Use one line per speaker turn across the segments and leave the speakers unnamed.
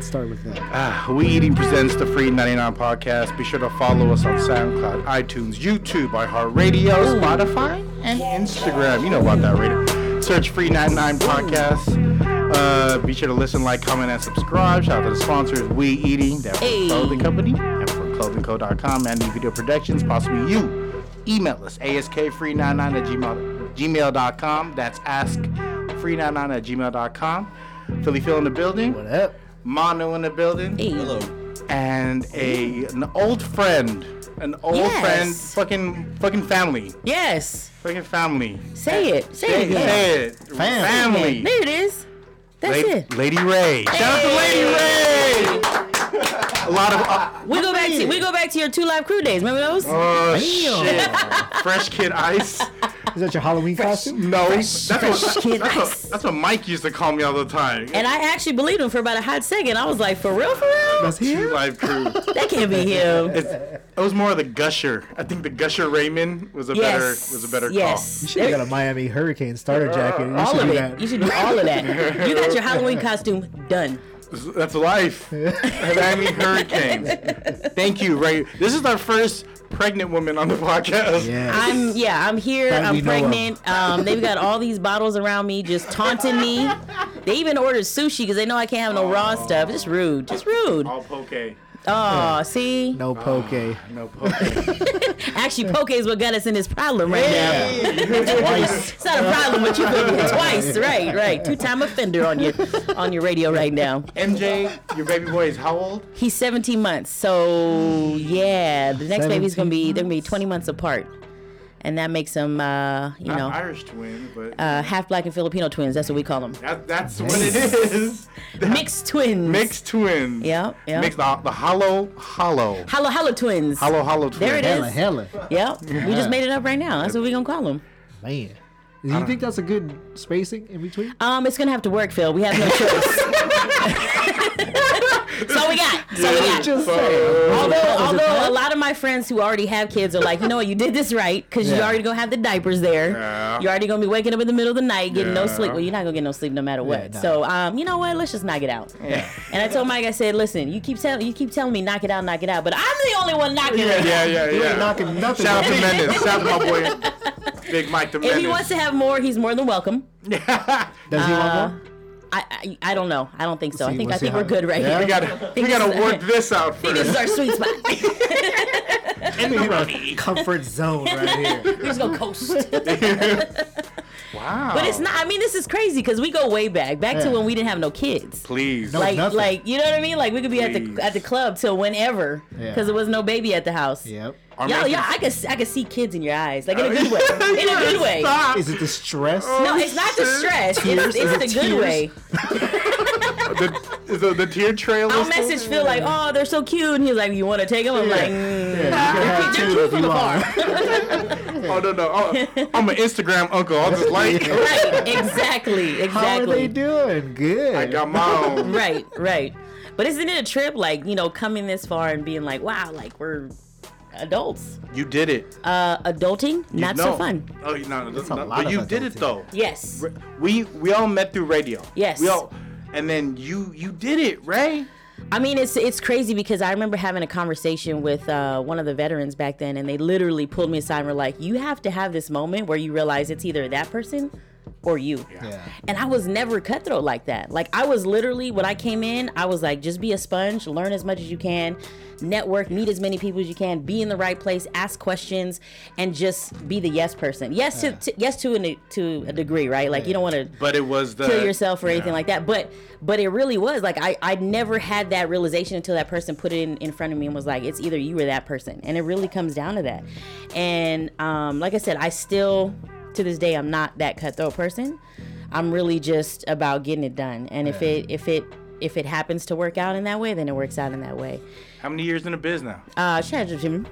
start with that.
Ah, we Eating presents the Free 99 podcast. Be sure to follow us on SoundCloud, iTunes, YouTube, iHeartRadio, Spotify, and Instagram. You know about that, right? Search Free 99 podcast. Uh, be sure to listen, like, comment, and subscribe. Shout out to the sponsors, We Eating, that
Hey.
clothing company, and for clothingco.com and new video productions, possibly you. Email us, askfree99 at gmail, gmail.com. That's askfree99 at gmail.com. Philly Phil in the building.
What up?
Mono in the building
Hello.
and a an old friend, an old
Yes.
friend, fucking fucking family,
Yes.
fucking family.
Say it. Say it
Say
again.
it, family.
There it is. That's
La-
it.
Lady Ray. Shout out to Lady Ray. A lot of uh,
We go back to we go back to your two live crew days. Remember those?
oh shit. Fresh Kid Ice.
Is that your Halloween costume?
No, that's what,
Fresh Kid
that's, what,
Ice.
that's what Mike used to call me all the time.
and I actually believed him for about a hot second. I was like, for real, for real?
That's here.
Live crew.
That can't be him.
It's, it was more of the gusher. I think the gusher Raymond was a better
Yes.
was a better
yes.
You should have got a Miami Hurricane starter jacket. You
all
should
of
do
it.
that.
You should do all of that. You got your Halloween costume done.
call. That's life. Miami Hurricanes. Thank you, Ray. This is our first pregnant woman on the podcast.
Yes.
I'm yeah, I'm here.
That we
I'm
know of.
pregnant. Um, they've got all these bottles around me, just taunting me. They even ordered sushi because they know I can't have no raw stuff. It's rude. Just rude.
All poke.
Oh, see,
no poke.
No poke.
actually, poke is what got us in this problem right now.
Twice.
It's not a problem, but you put me twice, right? Right, two-time offender on your on your radio right now.
MJ, your baby boy is how old?
He's 17 months, so yeah, the next baby's gonna be they're gonna be 20 months apart, and that makes them, uh, you
Not
know,
Irish twin, but
uh, half black and Filipino twins. That's what we call them,
that, that's what it is.
mixed twins.
Mixed twins.
Yeah, yeah.
Mixed the, the hollow, hollow.
Hello, hello, twins.
Hollow, hollow twin.
There it
Hella,
is.
hella.
Yep. We just made it up right now. That's what we're gonna call them.
Man. Do you think that's a good spacing in between?
Um, it's gonna have to work, Phil. We have no choice. so we got. So we got.
Just saying.
Although, although a lot of my friends who already have kids are like, you know what, you did this right because you
Yeah.
already gonna have the diapers there.
Yeah.
You're already gonna be waking up in the middle of the night getting no
Yeah.
sleep. Well, you're not gonna get no sleep no matter what.
nah.
So, um, you know what? Let's just knock it out.
Yeah.
And I told Mike, I said, listen, you keep telling you keep telling me knock it out, knock it out, but I'm the only one knocking it out.
Yeah, yeah,
You ain't
yeah.
knocking nothing.
Shout out to
out.
Mendes. Shout out to my boy, Big Mike the
If
Menace.
he wants to have more, he's more than welcome.
Does he
Uh,
want more?
I, I, I don't know. I don't think so. I
See,
think
we'll
I
see
think
how-
we're good right
Yeah.
we
here.
gotta, we gotta work this out
I think this is
first.
our sweet spot.
comfort zone right here.
We're just gonna coast. but
Wow.
it's not. I mean, this is crazy because we go way back, back to
Yeah.
when we didn't have no kids.
Please.
No.
like
nothing.
like you know what I mean? Like we could be at
Please.
the at the club till whenever
Yeah.
because there was no baby at the house.
Yep.
Our
Y'all,
man
y'all,
can-
I could s- I could see kids in your eyes, like in a good way, in a good way.
Stop.
Is it the stress?
No, it's not the stress. It's, it's the good way.
the, is the, the tear trail.
I'll
is still-
message Phil like, "Oh, they're so cute," and he's like, "You want to take them?" I'm like, mm,
Yeah, you can have two
"They're cute
if
from
you
afar."
want.
Oh no no! Oh, I'm an Instagram uncle. I'll just like.
right? Exactly. Exactly.
How are they doing? Good.
I got my own.
right, right. But isn't it a trip, like you know, coming this far and being like, wow, like we're adults.
You did it.
Uh, adulting,
You
not
know.
so fun.
Oh no, no, no,
a
no,
lot
but
of
you
us
did
don't
it
do
though.
Yes.
We we all met through radio.
Yes.
We all, and then you you did it, Ray.
I mean, it's it's crazy because I remember having a conversation with uh, one of the veterans back then, and they literally pulled me aside and were like, "You have to have this moment where you realize it's either that person or you."
Yeah.
And I was never cutthroat like that. Like I was literally when I came in, I was like, just be a sponge, learn as much as you can, network, meet as many people as you can, be in the right place, ask questions, and just be the yes person. Yes to, to yes to an, to a degree, right? Like you don't want to
But it was the
kill yourself or anything like that. But but it really was like I I never had that realization until that person put it in, in front of me and was like, it's either you or that person, and it really comes down to that. And um, like I said, I still to this day I'm not that cutthroat person. I'm really just about getting it done. And if it if it if it happens to work out in that way, then it works out in that way.
How many years in the biz now?
Uh, shout out to Jimmy.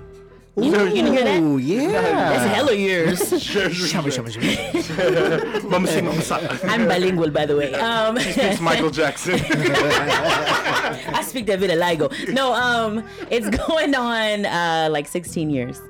You know, you didn't hear that?
Ooh,
That's
yeah.
hella years.
Shimmy, shimmy, shimmy.
Mama see, mama see.
I'm bilingual, by the way. Um,
It's Michael Jackson.
I speak that vitiligo. No, um, it's going on uh like 16 years.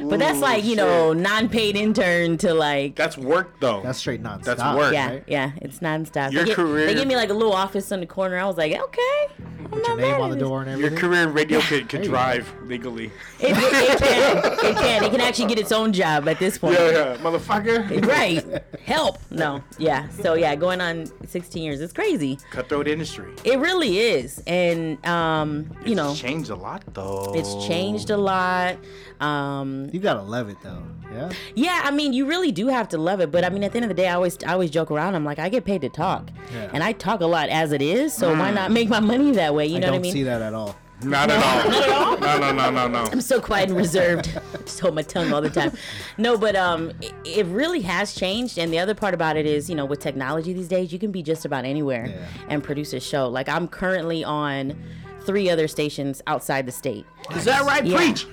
But that's like you know non-paid intern to like
That's work though.
That's straight nonstop.
That's work.
yeah
right?
yeah it's nonstop.
Your
they, get-
career-
they gave me like a little office in the corner. I was like okay,
Put your name on the door and
Your
everything.
career in radio could, could
There you go.
drive legally.
It, it, it can. It can. It can actually get its own job at this point.
Yeah, yeah, motherfucker.
Right. Help. No. Yeah. So yeah, going on 16 years. It's crazy.
Cutthroat industry.
It really is. And um, you
It's
know,
changed a lot though.
it's changed a lot. Um,
You gotta love it though. Yeah.
yeah, I mean, you really do have to love it. But I mean, at the end of the day, I always, I always joke around. I'm like, I get paid to talk,
Yeah. Mm.
and I talk a lot as it is. So why not make my money that way? You
I
know
don't
what I mean?
see that at all.
Not at all. Not at all. No, no, no, no, no.
I'm so quiet and reserved. just hold my tongue all the time. No, but um, it, it really has changed. And the other part about it is, you know, with technology these days, you can be just about anywhere
Yeah.
and produce a show. Like I'm currently on three other stations outside the state.
Is that right?
Yeah.
Preach.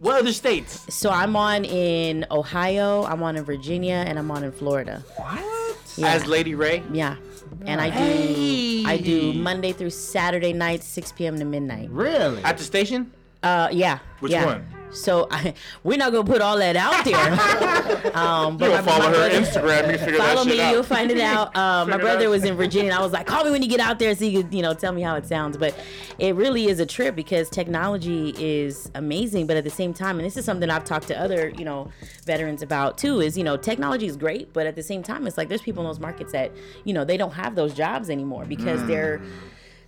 What other states?
So I'm on in Ohio, I'm on in Virginia, and I'm on in Florida.
What?
Yeah.
As Lady Ray.
Yeah. And I do I do
Mm-hmm.
Monday through Saturday nights, 6 p.m. to midnight.
Really?
At the station?
Uh, yeah.
Which
yeah.
one?
So I, we're not gonna put all that out there. um, but
You
my-
go follow
my
her
brother-
Instagram. You figure
Follow
that shit
me,
out.
you'll find it out. Um,
Figure
my
it
brother
out.
was in Virginia, and I was like, "Call me when you get out there, so you could, you know, tell me how it sounds." But it really is a trip because technology is amazing, but at the same time, and this is something I've talked to other, you know, veterans about too, is you know, technology is great, but at the same time, it's like there's people in those markets that, you know, they don't have those jobs anymore
Mm.
because they're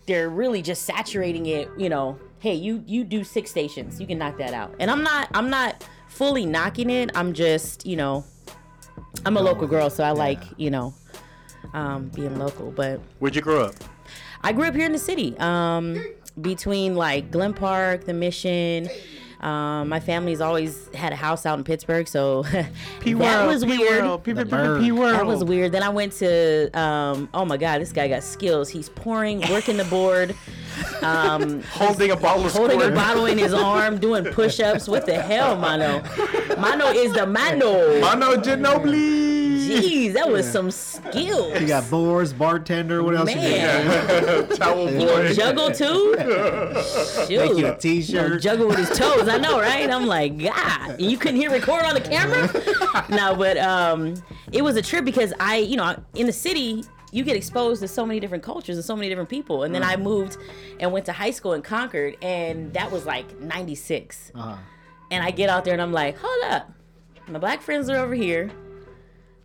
they're really just saturating it you know hey you you do six stations you can knock that out and i'm not i'm not fully knocking it i'm just you know i'm a local girl so i like you know um being local but
Where'd you grow up?
i grew up here in the city um between like glen park the mission um, my family's always had a house out in Pittsburgh, so that was weird. That was weird. Then I went to, um, oh my God, this guy got skills. He's pouring, working the board, um,
Holding a bottle of
holding a
squirt.
bottle in his arm, doing push ups. What the hell, Mano? Mano is the Mano.
Mano Ginobili.
Jeez, that was some skills.
You got boards, bartender. What else
Man,
Towel
you gonna
boy.
juggle too?
you do? You
Shoot.
got a T-shirt.
juggle with his toes. I know, right? I'm like, God, you couldn't hit record on the camera. no, but um, it was a trip because I, you know, in the city. You get exposed to so many different cultures and so many different people. And then
Mm.
I moved and went to high school in Concord, and that was like 96.
Uh-huh.
And I get out there and I'm like, hold up. My black friends are over here.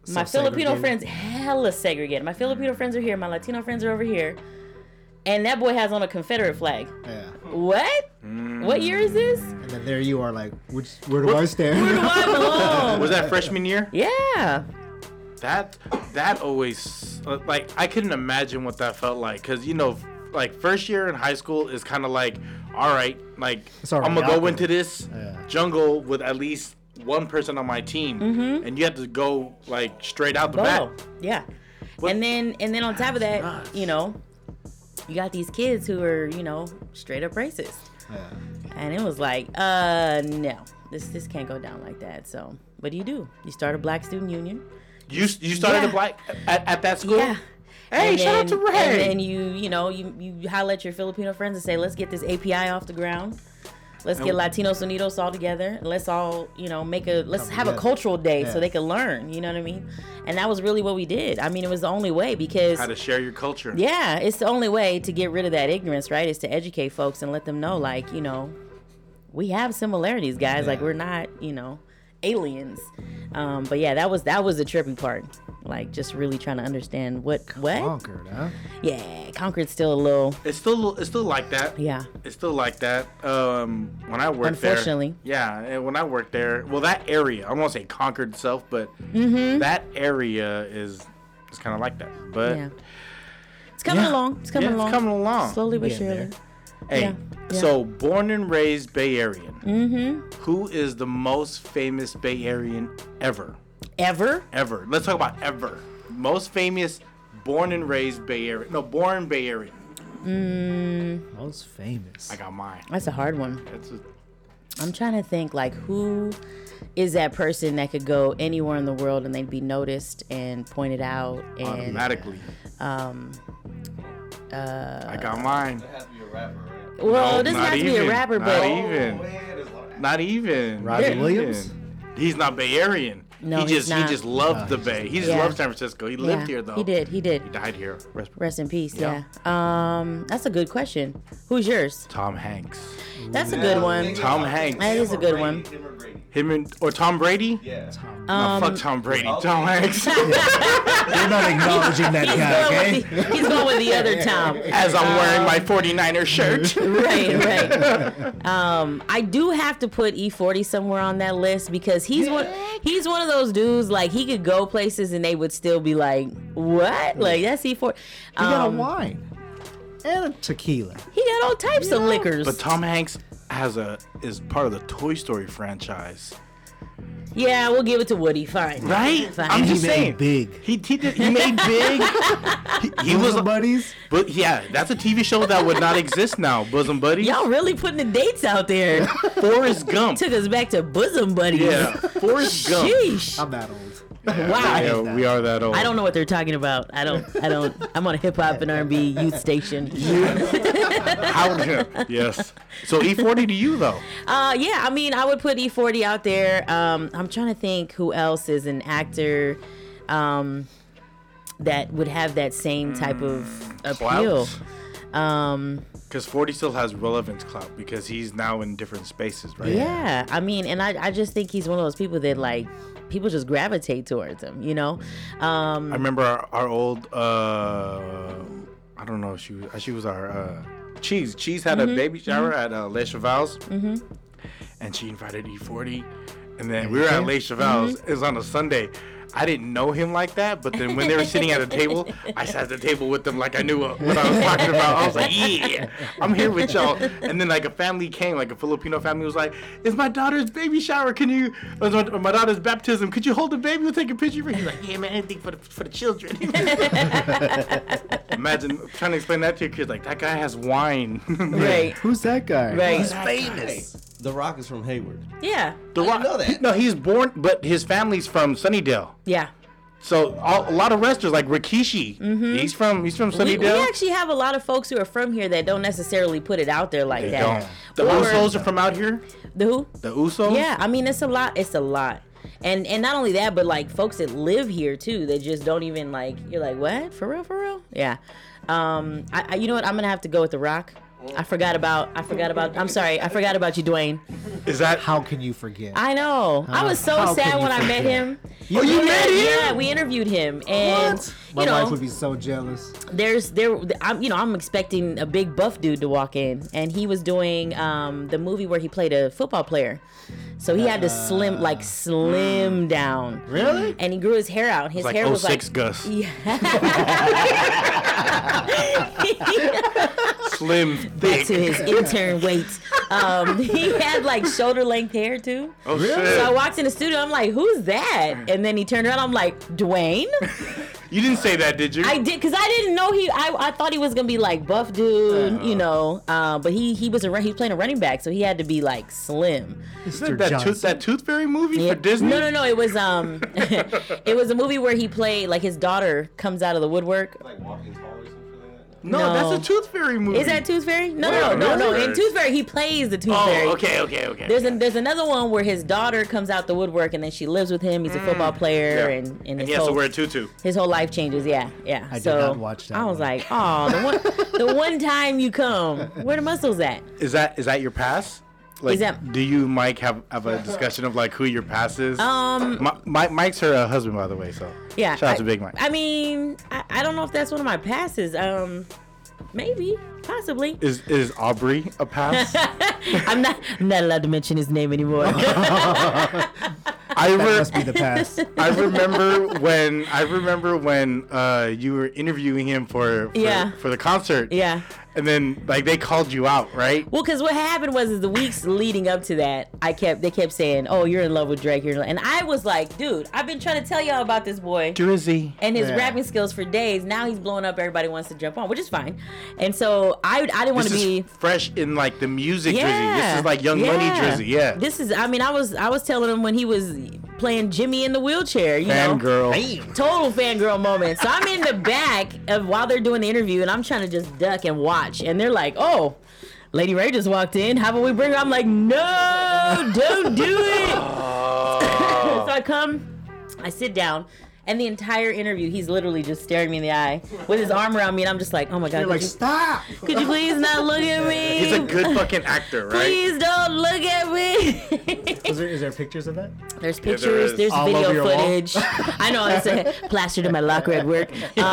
My
So
Filipino
segregated.
friends, hella segregated. My Filipino friends are here. My Latino friends are over here. And that boy has on a Confederate flag.
Yeah.
What? What year is this?
And then there you are, like, which where do I stand?
Where do I belong?
Was that freshman year?
yeah.
That that always uh, like I couldn't imagine what that felt like because you know like first year in high school is kind of like all right like
It's
I'm
already
gonna
out
go
there.
into this
Yeah.
jungle with at least one person on my team
Mm-hmm.
and you have to go like straight out the
Wow.
bat.
Oh, Yeah. And then and then on top of that, you know, you got these kids who are, you know, straight up racist.
Yeah.
And it was like, uh no. This this can't go down like that. So what do you do? You start a black student union.
You you started
Yeah.
a black at, at that school.
Yeah.
Hey,
And
shout out to
then-
Ray.
And then you, you know, you, you holler at your Filipino friends and say, let's get this API off the ground. Let's get Latinos Unidos all together. Let's all, you know, make a, let's
Come
have a
together.
cultural day so
Yeah.
they can learn. You know what I mean? And that was really what we did. I mean, it was the only way because,
How to share your culture.
yeah, it's the only way to get rid of that ignorance, right? Is to educate folks and let them know, like, you know, we have similarities, guys. Like,
Yeah.
we're not, you know, aliens. Um, but yeah, that was that was the trippy part. Like, just really trying to understand what what
Conquered, huh?
yeah, Concord's still a little.
It's still it's still like that.
Yeah.
It's still like that. Um, when I worked
Unfortunately.
there, yeah, and when I worked there, well, that area, I won't say Concord itself, but
Mm-hmm.
that area is is kind of like that. But
Yeah. It's coming
Yeah.
along. It's coming
Yeah, it's
along.
coming along.
Slowly but
Getting
surely.
there.
hey,
Yeah, yeah.
so born and raised Bay Area. Mm-hmm. is the most famous Bay Area ever?
Ever?
Ever. Let's talk about ever. Most famous, born and raised Bay Area. No, born Bay Area.
Most famous.
I got mine.
That's a hard one.
That's a,
I'm trying to think like who is that person that could go anywhere in the world and they'd be noticed and pointed out and
automatically. Um. I got mine.
uh, well,
No,
it doesn't
not
have to be
even.
a rapper,
Not
but
even. Not even.
Robbie
Not
Williams?
even. He's not Bay Area.
No,
he
he's
just
not.
he just loved the Bay. He just
Yeah.
loved San Francisco. He lived
Yeah,
here though.
He did. He did.
He died here. Rest-
Rest in peace.
Yeah.
Yeah. Um, that's a good question. Who's yours?
Tom Hanks.
That's a good one.
Tom Hanks.
That is a good one.
Him and or Tom Brady?
Yeah.
Nah,
Um,
fuck Tom Brady. Tom Hanks.
You're not acknowledging that
He's
guy,
going,
okay?
with the, he's going with the other Tom.
As I'm wearing my 49er shirt.
right, right. Um, I do have to put E40 somewhere on that list because he's one. He's one of those dudes like he could go places and they would still be like, "What? Like that's E40."
Mm. He got a
Um,
wine and a tequila.
he got all types of liquors.
But Tom Hanks has a is part of the Toy Story franchise.
yeah, we'll give it to Woody. Fine.
Right?
Fine.
I'm
And he
just
made
saying.
big.
He he did he made big. he, he was
Bosom
a,
buddies.
but yeah, that's a TV show that would not exist now. Bosom Buddies.
Y'all really putting the dates out there.
Forrest Gump.
Took us back to bosom buddies.
Yeah, Forrest Gump.
Sheesh.
I'm that old.
Wow.
Yeah, we are that old.
I don't know what they're talking about. I don't. I don't. I'm on a hip hop and R&B youth station.
How Yes. So E40 to you though.
Uh, yeah. I mean, I would put E40 out there. Um, I'm trying to think who else is an actor, um, that would have that same type of appeal.
Clout.
Um,
Because 40 still has relevance clout because he's now in different spaces, right?
yeah. I mean, and I, I just think he's one of those people that like people just gravitate towards him. You know. Um,
I remember our, our old, uh, I don't know, if she was, she was our uh, Cheese. Cheese had
Mm-hmm.
a baby shower at uh, Les Cheval's. Mm-hmm. And she invited E40. And then we were at Les Cheval's. It was on a Sunday. I didn't know him like that, but then when they were sitting at a table, I sat at the table with them like I knew what, what I was talking about. I was like, yeah, I'm here with y'all. And then like a family came, like a Filipino family was like, it's my daughter's baby shower. Can you, or my, or my daughter's baptism. Could you hold the baby? We'll take a picture for you. He's like, yeah, man, anything for the, for the children. Imagine trying to explain that to your kids. Like, that guy has wine.
right.
Who's that guy?
Right.
famous. The Rock is from Hayward.
Yeah.
The
didn't know that.
No, he's born, but his family's from Sunnydale.
Yeah.
So all, a lot of wrestlers like Rikishi, he's from he's from
Mm-hmm. We,
Sunnydale.
we actually have a lot of folks who are from here that don't necessarily put it out there like
They
that.
The
Or-
Usos are from out here.
The who?
The Usos.
Yeah, I mean it's a lot. It's a lot. And and not only that, but like folks that live here too, that just don't even like. You're like, what? For real? For real? Yeah. Um, I, I you know what? I'm gonna have to go with The Rock. I forgot about. I forgot about. I'm sorry. I forgot about you, Dwayne.
Is that
How can you forget?
I know. I was so
How
sad
can
when
you
I
forget?
met him.
Oh, you
Yeah,
met him?
Yeah, we interviewed him, and
My
you know,
wife would be so jealous.
there's there I'm you know I'm expecting a big buff dude to walk in and he was doing um the movie where he played a football player. So he had to slim like
Ah.
slim down.
Really?
And he grew his hair out. His
like oh,
hair was
06
like
Gus?
back
Slim, thick.
to his intern weight. Um he had like shoulder length hair too.
Oh
So I
shit!
walked in the studio, I'm like, who's that? And then he turned around, I'm like, Dwayne?
You didn't say that, did you?
I did because I didn't know he. I, I thought he was gonna be like buff dude,
Uh-huh.
you know. Uh, but he he was a run- he was playing a running back, so he had to be like slim.
Mr.
that tooth
Johnson.
that Tooth Fairy movie
Yeah.
for Disney.
No, no, no. It was um, it was a movie where he played like his daughter comes out of the woodwork.
Like walking tall or something like that.
No,
no.
that's a Tooth Fairy movie.
Is that Tooth Fairy? No,
Yeah,
no, no, no.
Tooth
no.
Fairy.
In Tooth Fairy, he plays the Tooth Fairy.
Oh, okay, okay, okay.
There's, an there's another one where his daughter comes out the woodwork and then she lives with him. He's a football player
Yeah.
and, and,
and
his
he has to
whole-
wear a tutu.
his whole life changes. Yeah, yeah. I
did
so
not watch that
I was
one.
like, oh, the one, the one time you come, where the muscles at?
Is that is that your pass? Like,
Is that-
do you, Mike, have, have a discussion of like who your pass is?
Um,
Mi- Mi- Mike's her uh, husband, by the way. So
yeah.
shout out
I,
to Big Mike.
I mean, I, I don't know if that's one of my passes. Um, maybe, possibly.
Is is Aubrey a pass?
I'm not I'm not allowed to mention his name anymore.
I,
That
re-
must be the past.
I remember when I remember when uh, you were interviewing him for for,
Yeah.
for the concert.
yeah.
And then like they called you out, right?
Well, because what happened was is the weeks leading up to that, I kept they kept saying, "Oh, you're in love with Drake," you're in love. and I was like, "Dude, I've been trying to tell y'all about this boy."
Drizzy.
and his
Yeah.
rapping skills for days. Now he's blowing up. Everybody wants to jump on, which is fine. And so I, I didn't want
This
to
is
be.
fresh in like the music
Yeah.
Drizzy. This is like Young Money
Yeah.
Drizzy. Yeah.
This is. I mean, I was I was telling him when he was playing Jimmy in the wheelchair. You know.
Fangirl.
Total fangirl moment. So I'm in the back of while they're doing the interview, and I'm trying to just duck and watch. And they're like, "Oh, Lady Ray just walked in. How about we bring her?" I'm like, "No, don't do it." so I come. I sit down, and the entire interview, he's literally just staring me in the eye with his arm around me, and I'm just like, oh my god,
You're
could,
like,
you,
stop.
could you please not look at me?
He's a good fucking actor, right?
Please don't look at me.
Is there, is there pictures of that?
There's
there
pictures.
is.
there's
All over
video
your wall?
footage. I know. It's a plastered in my locker at work. Um,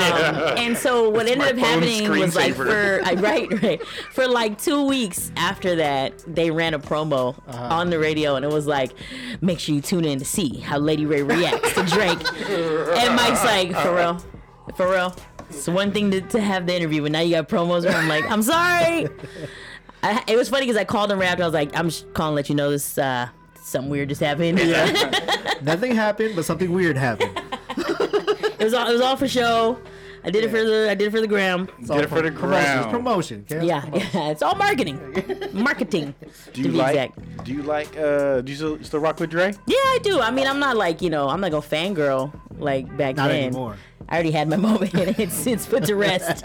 And so what
my
ended up
phone
happening was like for
screensaver.
I- right, right, for like two weeks after that, they ran a promo
Uh-huh.
on the radio, and it was like, make sure you tune in to see how Lady Ray reacts to Drake. and Mike's like, for real, for real. It's one thing to, to have the interview, but now you got promos where I'm like, I'm sorry. I, it was funny because I called him right after. I was like, I'm just calling to let you know this. Uh, something weird just happened.
Nothing happened, but something weird happened.
It was all it was all for show. I did it for the I did it for the gram.
It's
Get
all
it for the
promotion. It's
ground.
promotion. okay?
Yeah, yeah, it's all marketing, marketing.
Do you
to be
like?
exact.
Do you like? Uh, do you still, still rock with Dre?
Yeah, I do. I mean, I'm not like you know, I'm not gonna fangirl like back
Not
then.
anymore.
I already had my moment. it's it's put to rest.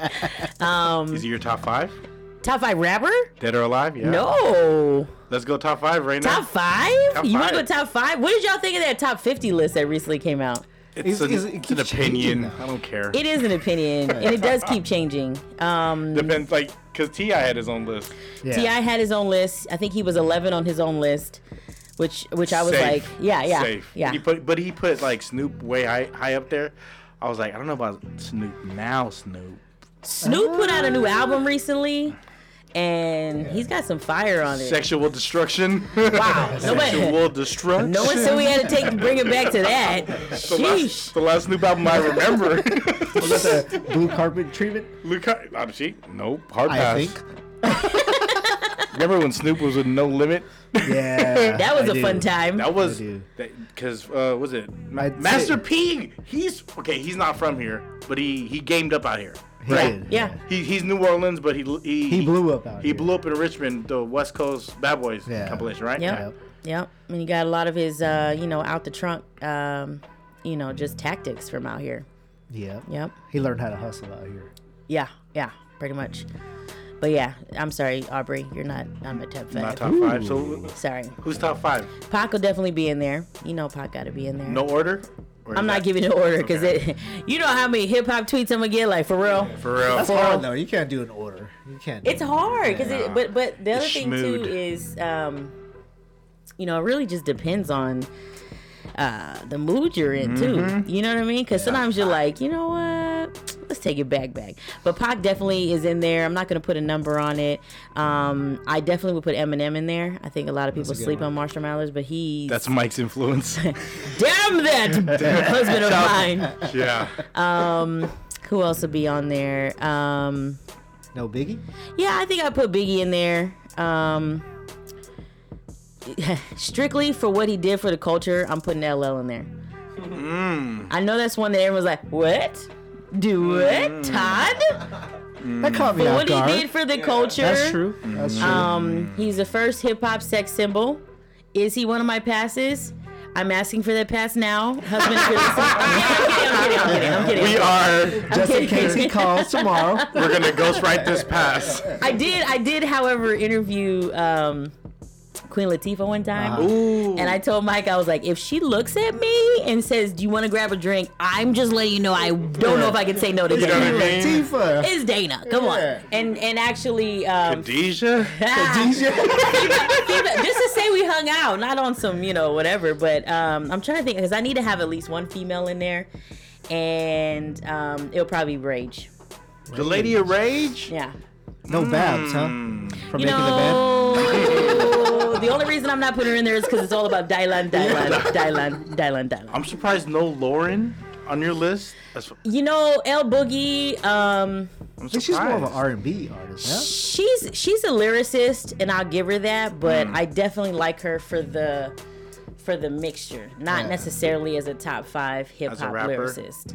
Um,
Is he your top five?
Top five rapper?
Dead or alive? Yeah.
No.
Let's go top five right
Top
now.
five?
Top
you want to go
five.
top five? What did y'all think of that top 50 list that recently came out?
It's,
Is-
an,
is- it
it's an
keeps changing
opinion.
now.
I don't care.
It is an opinion, and it does keep changing. Um,
Depends, like, cause Ti had his own list.
Yeah.
Ti had his own list. I think he was 11 on his own list, which which I was
Safe.
like, yeah, yeah,
Safe.
yeah.
He put, but he put like Snoop way high, high up there. I was like, I don't know about Snoop now, Snoop.
Snoop put out a new album recently, and he's got some fire on it.
Sexual destruction.
Wow, nobody,
Sexual destruction.
no one said we had to take bring it back to that.
the
Sheesh.
last, the last Snoop album I remember.
Was that the blue carpet treatment?
Luke, I'm she. Nope, hard
I
pass.
think.
Remember when Snoop was with No Limit?
Yeah.
That was
a
a fun time.
That was
I do.
because uh, was it Ma-
I'd
Master
say-
P? He's okay. He's not from here, but he he gamed up out here.
Right.
yeah.
He, he's New Orleans, but he he,
He blew up out
He
here.
blew up in Richmond, the West Coast Bad Boys
Yeah.
compilation, right?
Yep. Yep. And he got a lot of his, uh, you know, out the trunk, um, you know, just tactics from out here.
Yeah.
Yep.
He learned how to hustle out here.
Yeah. Yeah. Pretty much. But yeah, I'm sorry, Aubrey. You're not on my top five.
Not top five. So
sorry.
who's top five?
Pac will definitely be in there. You know, Pac got to be in there.
No order. Or is
I'm
that-
not giving an order because it. You know how many hip hop tweets I'm gonna get, like for real.
for real.
That's hard though. You can't do an order. You can't. do
It's hard because it. But but the other
It's
thing
schmood.
too is, um, you know, it really just depends on uh the mood you're in too. You know what I mean? Because sometimes you're like, you know what? Let's take it back, back. But Pac definitely is in there. I'm not gonna put a number on it. Um, I definitely would put Eminem in there. I think a lot of people sleep on Marshall Mathers, but he.
That's Mike's influence.
damn that husband of mine. Um,
yeah.
Who else would be on there? Um,
No biggie.
yeah, I think I put Biggie in there. Um, strictly for what he did for the culture, I'm putting LL in there. I know that's one that everyone's like, what? Do it, Todd?
That caught me
But
off
what he
guard.
did for the culture.
That's true. That's true.
Um, he's the first hip hop sex symbol. Is he one of my passes? I'm asking for that pass now. Husband, if you're listening. I'm kidding, I'm kidding, I'm kidding, I'm kidding.
We are.
Just in
okay.
case he calls tomorrow.
We're gonna ghostwrite this pass.
I did. I did, however, interview um, Queen Latifah one time,
Ooh.
and I told Mike I was like, if she looks at me and says, "Do you want to grab a drink?" I'm just letting you know I don't know if I can say no to
know what I
Dana.
mean?
Tifa.
It's Dana. Come
Yeah.
on. And and actually, um,
Khadijah.
female- just to say we hung out, not on some you know whatever, but um, I'm trying to think because I need to have at least one female in there, and um, it'll probably be Rage.
The Lady of Rage.
Yeah.
No Babs, huh? From
You
making the bed.
know, the only reason I'm not putting her in there is because it's all about Dylan, Dylan, Dylan, Dylan, Dylan.
I'm surprised no Lauren on your list. That's,
You know, El Boogie. Um,
I'm
I
surprised.
think she's more of an R and B artist.
she's she's a lyricist, and I'll give her that. But I definitely like her for the for the mixture, not necessarily as a top five hip hop
rapper?
lyricist.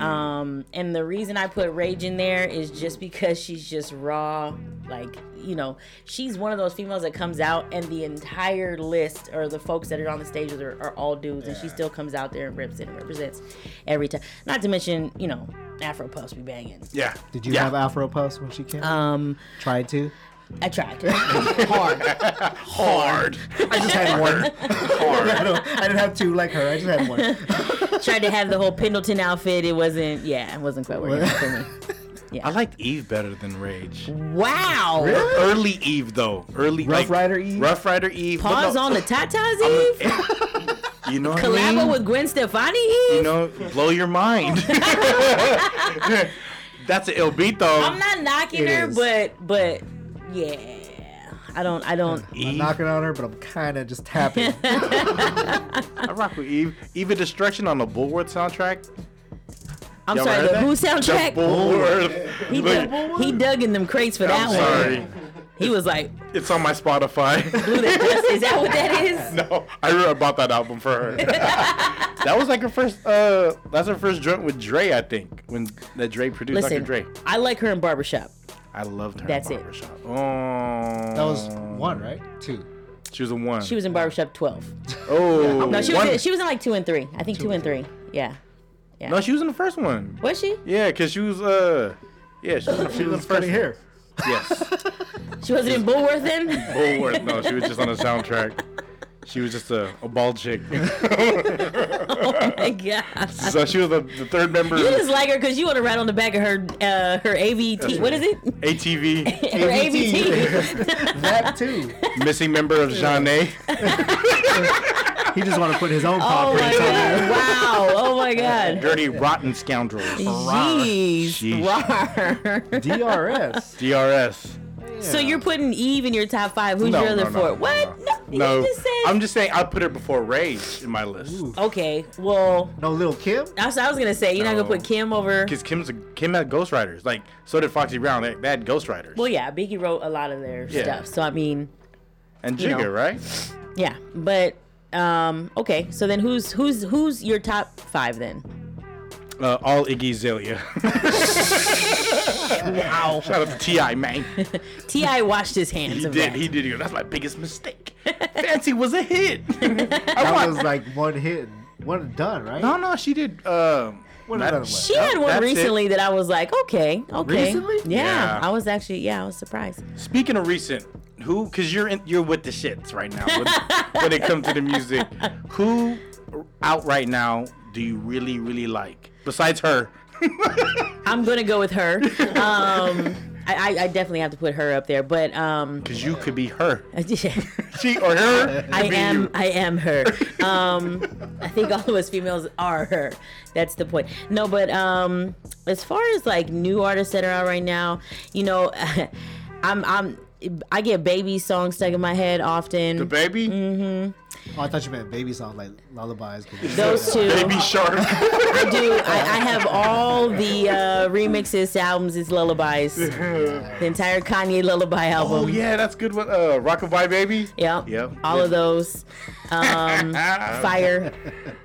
Um, and the reason I put Rage in there is just because she's just raw. Like, you know, she's one of those females that comes out and the entire list or the folks that are on the stage with her are all dudes and she still comes out there and rips it and represents every time. Not to mention, you know, Afro Puffs be banging.
Yeah.
Yeah. Did you
yeah.
have Afro Puffs when she came?
Um,
Tried to.
I tried. Hard.
hard?
I just had one. I, don't- I didn't have two like her. I just had one.
tried to have the whole Pendleton outfit. It wasn't. Yeah, it wasn't quite working out for me.
I liked Eve better than Rage.
Wow.
Early Eve though. Early
Rough
like,
Rider Eve?
Rough Rider Eve. but
Pause
no,
on the tatas, Eve.
You know what I mean?
Collabo with Gwen Stefani, Eve.
You know, blow your mind. That's an ill beat though.
I'm not knocking
It
her,
is.
but but yeah, I don't I don't.
I'm
Eve.
knocking on her, but I'm kind of just tapping.
I rock with Eve. Eve of Destruction on the Bulwark soundtrack.
I'm
Y'all
sorry,
heard
the
that?
Who
The
soundtrack.
Bulwark.
he, dug, he dug in them crates for
I'm
that one.
sorry.
He was like,
It's on my Spotify.
"Blew that dust." Is that what that is?
no, I really bought that album for her. that was like her first. Uh, that's her first joint with Dre, I think. When that Dre produced
Listen,
Dr. Dre.
I like her in Barbershop.
I loved her.
That's
That's
it.
in barbershop. it. Oh,
that was one, right? Two.
She was a one.
She was in Barbershop 12.
Oh,
No, she was,
one-
in, she was in like two and three. I think two, and three. Yeah.
no, she was in the first one.
Was she?
Yeah, cause she was uh, yeah, she was, in the- she was in the first
Cutting hair.
one. Yes,
She wasn't in Bullworth then?
Bullworth. Oh, No, she was just on the soundtrack. She was just a, a bald chick.
oh my God.
so she was the, the third member
You
of
just like her because you want to ride on the back of her uh, her AVT. What is it?
ATV,
her AVT.
That too.
missing member of Jeanne.
He just want to put his own pop
Oh my
in.
god! Wow! Oh my god!
Dirty rotten scoundrels.
Jeez!
Sheesh.
Rawr.
DRS.
DRS.
So you're putting Eve in your top five. Who's your other four? what? No. you
No,
just said-
I'm just saying I put her before Rage in my list.
okay. Well,
No, little Kim.
that's what I was gonna say. You're not
No.
gonna put Kim over.
Cause Kim's a, Kim had Ghost Riders. Like so did Foxy Brown. They, they had Ghost Riders
Well, yeah, Biggie wrote a lot of their
Yeah.
stuff. So I mean,
and
you know.
Jigga, right?
yeah. But um, okay. So then who's who's who's your top five then?
Uh, all Iggy Azalea. wow. Shout out to Ti, man.
Ti washed his hands
He
of
did.
that.
He did. He goes, That's my biggest mistake. Fancy was a hit. I
That
want-
was like one hit, and one and done, right?
no, no, she did. Um,
What
that-
another one?
She had one
That's it.
recently that I was like, okay, okay.
Recently?
Yeah,
Yeah.
I was actually, yeah, I was surprised.
Speaking of recent, who? Because you're in, you're with the shits right now when, when it comes to the music. Who out right now do you really really like besides her?
I'm gonna go with her. Um, I, I, I definitely have to put her up there, but um,
Because you could be her.
I
She or her. could be
am,
you.
I am her. Um, I think all of us females are her. That's the point. No, but um, as far as like new artists that are out right now, you know, I'm, I'm, I get baby songs stuck in my head often.
The baby.
Mm,
Oh, I thought you meant baby song like lullabies. 'cause you said that.
Those two.
Baby shark.
I do. I, I have all the uh, remixes to albums. It's lullabies. the entire Kanye lullaby
Oh
album.
yeah, that's good one. Uh, Rockabye Baby.
Yep.
Yep.
All of those. Um,
Ah,
fire,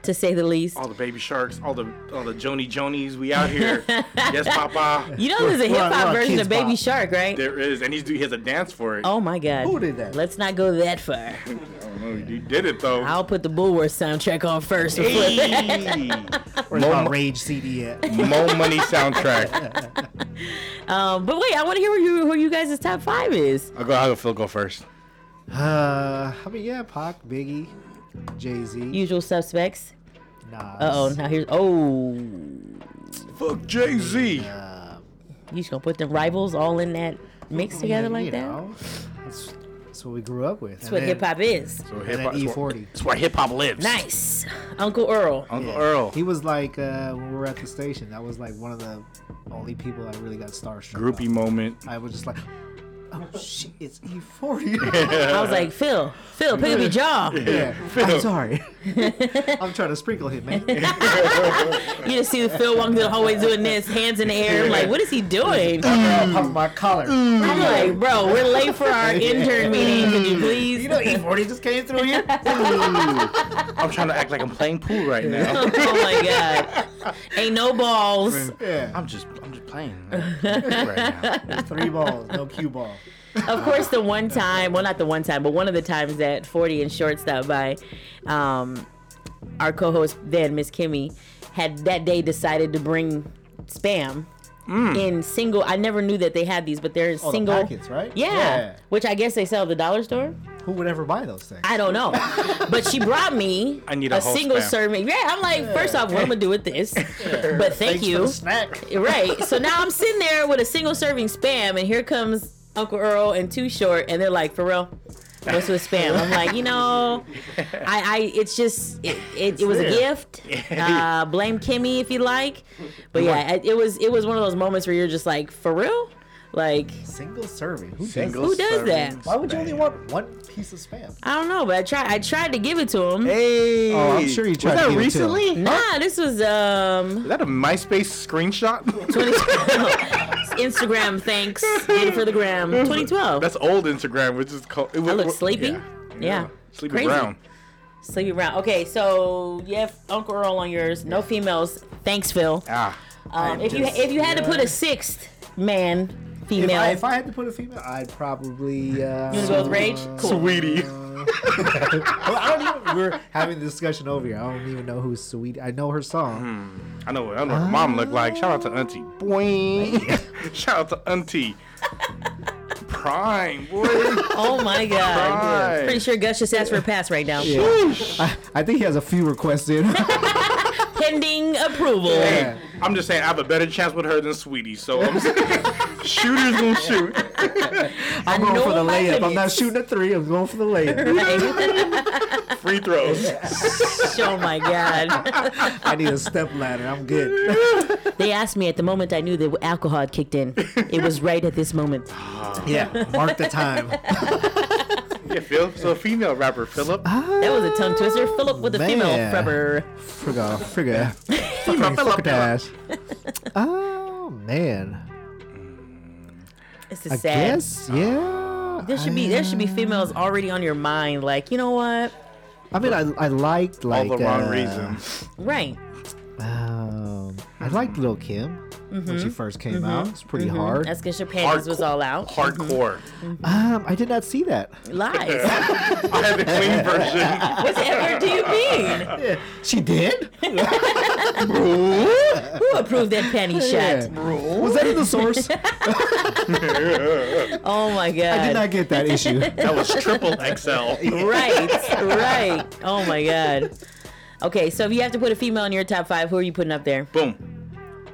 to say the least.
all the baby sharks, all the all the Joni Jonies. We out here. yes, Papa.
You know, there's a hip
we're
hop
on
version
Kids
of Baby
Bop.
Shark, right?
There is, and he's do he has a dance for it.
Oh my God.
Who did that?
Let's not go that far.
I don't
Oh.
know, he did it though.
I'll put the Bullworth soundtrack on first. before-
Hey.
Where's my
Mo-
rage CD at?
Mo Money soundtrack.
Um, but wait, I want to hear where you where you guys' top five is.
I'll go. I'll go. Phil go first.
Uh, I mean, yeah, Pac, Biggie, Jay Z,
Usual suspects.
Nas.
Uh oh. Now here's oh.
Fuck Jay Z.
Um,
You just gonna put the rivals all in that mix together like
you
that?
know, that's, that's what we grew up with.
That's what hip hop is.
So
And then E40.
That's where hip hop lives.
Nice. Uncle Earl.
Uncle Earl.
He was like uh, when we were at the station. That was like one of the only people I really got starstruck.
Groupie
by.
moment.
I was just like, oh shit, it's E40.
I was like, Phil, Phil, pick up your jaw. You
yeah, I'm sorry. I'm trying to sprinkle him, man.
just see Phil walking through the hallway doing this, hands in the air. I'm like, what is he doing?
Pop my collar.
I'm like, bro, we're late for our intern meeting. Can you please?
You know, E40 just came through here.
I'm trying to act like I'm playing pool right now.
oh my god. Ain't no balls.
yeah,
I'm just, I'm just playing right now.
three balls, no cue ball.
Of course, the one time, well, not the one time, but one of the times that 40 and Short stopped by, um, our co host then, Miss Kimmy, had that day decided to bring spam in single. I never knew that they had these, but they're in
Mm. Oh, the
single.
packets, right?
Yeah,
Yeah.
Which I guess they sell at the dollar store.
Who would ever buy those things?
I don't know. But she brought me
I need a
a,
whole
single
spam.
serving. Yeah, I'm like, first off, what am I gonna do with this? But thank
Thanks for
you.
the snack.
Right. So now I'm sitting there with a single serving spam, and here comes Uncle Earl and Too Short, and they're like, for real. What's with spam? I'm like, you know, I, I it's just it, it, it was a gift. Uh, blame Kimmy if you like, but yeah, it, it was it was one of those moments where you're just like, for real, like
Single serving. Who
Single
Does
Who does that?
serving
that? Why would you only
spam.
want one piece of spam?
I don't know, but I tried I tried to give it to him.
Hey.
Oh, I'm sure you
Was
tried to
that
get it too.
recently? Is
Nah, Ah, this was um
that a MySpace screenshot?
2012 Instagram. Thanks, did it for the gram.
Mm-hmm.
2012.
That's old Instagram, which is called. It was,
I look sleepy.
Yeah.
Yeah.
Sleepy
Crazy.
Brown.
Sleepy Brown. Okay, so yeah, Uncle Earl on yours. No females. Thanks, Phil.
Ah.
Um, if you
just-
if you had to
yeah.
put a sixth man,
If
female,
I, if I had to put a female, I'd probably. Uh,
you wanna go with Rage? Cool.
Sweetie.
Well, I don't even. We're having this discussion over here. I don't even know who's sweet. I know her song.
I know what, I know what her mom looked like. Shout out to Auntie.
Mm-hmm.
Boing. Shout out to Auntie. Prime, boy.
Oh my god.
Right.
Pretty sure Gus just asked for a pass right now.
Yeah. I, I think he has a few requests in.
Pending approval.
Yeah.
I'm just saying, I have a better chance with her than Sweetie. So I'm shooters gonna shoot.
I
I'm going
know
for the
my
layup. I'm not
limits.
shooting a three. I'm going for the layup.
Free throws.
oh my god.
I need a step ladder. I'm good.
They asked me at the moment I knew the alcohol had kicked in. It was right at this moment.
Yeah. Mark the time.
Yeah, Phil. So female rapper Philip.
That was a tongue twister. Philip with a female
Oh, Man.
rubber.
Frigga. Frigga.
Female Philip.
Dash. Oh man.
This is
I
sad.
guess. Yeah.
There should be there should be females already on your mind. Like you know what?
I mean, I I liked
All
like
the wrong
uh,
reasons.
Right.
Um, I liked Lil Kim when she first came out. It's pretty hard.
Mm-hmm. That's because your panties was
Hardcore-
all out.
Hardcore.
Um, I did not see that.
Lies.
I had the clean version.
Whatever do you mean?
She did.
Who approved that panty shot?
Was that in the source?
Oh my
I did
god.
not get that issue.
That was triple XL.
Right. Right. Oh my god. Okay, so if you have to put a female in your top five, who are you putting up there?
Boom.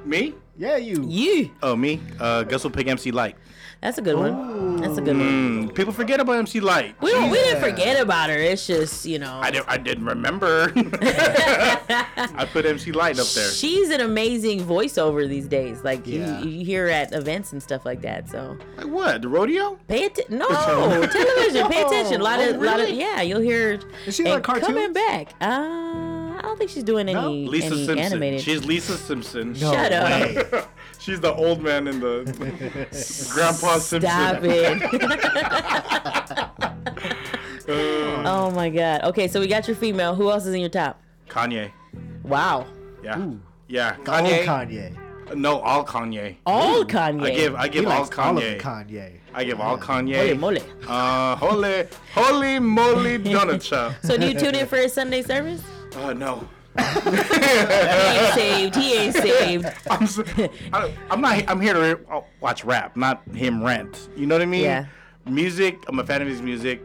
Me?
Yeah, you.
You.
Oh, me. Uh, Gus will pick MC Light.
That's a good one. That's a good one.
Mm, people forget about MC Light.
We, don't- we didn't forget about her. It's just you know.
I didn't, I didn't remember. I put MC Light up there.
She's an amazing voiceover these days. Like
Yeah.
you, you hear her at events and stuff like that. So
Like what? The rodeo?
pay attention. No television. Pay attention. A lot of,
Oh,
lot of.
really?
Yeah, you'll hear.
Is she
and
on cartoons?
Coming back. Uh, I don't think she's doing
No?
any,
Lisa
any
Simpson.
animated.
She's Lisa Simpson.
No
Shut up.
way.
She's the old man in the Grandpa Simpson.
Stop it. oh my god. Okay, so we got your female. Who else is in your top?
Kanye.
Wow.
Yeah. Yeah.
Old
Kanye.
Kanye.
no, all Kanye.
All Kanye.
I give I give
He
all
likes all of
Kanye.
Kanye.
I give all
Holy
Kanye.
moly.
Uh, holy, holy moly, donut shop.
So do you tune in for his Sunday service?
Oh no,
He
Uh.
ain't saved. He ain't saved.
I'm, s- I, am not. I'm here to re- oh, watch rap, not him rant. You know what I mean?
Yeah.
Music. I'm a fan of his music.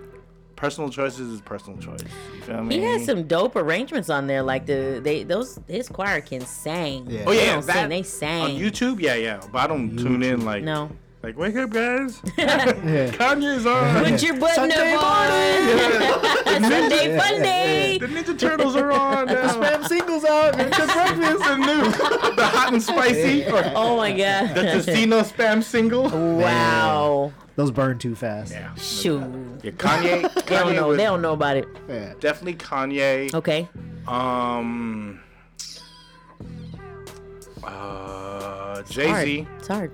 Personal choices is personal choice. You feel me?
He has some dope arrangements on there. Like the they those his choir can sing.
Yeah.
Oh
They
yeah,
don't
that,
sing, they
on
sang.
YouTube. Yeah, yeah. But I don't tune in like
No.
Like wake up, guys.
Yeah.
Kanye's on.
Put your button
Sunday
up on Sunday fun day.
The Ninja Turtles are on. Now.
Spam singles out.
the breakfast and new. The hot and spicy. Or
Oh my god.
the casino spam single.
wow.
Those burn too fast.
Yeah.
Shoot.
Yeah, Kanye. Kanye
They don't know.
was
They don't know about it.
Yeah.
Definitely Kanye.
Okay.
Um. Uh, Jay
Hard.
Z.
It's hard.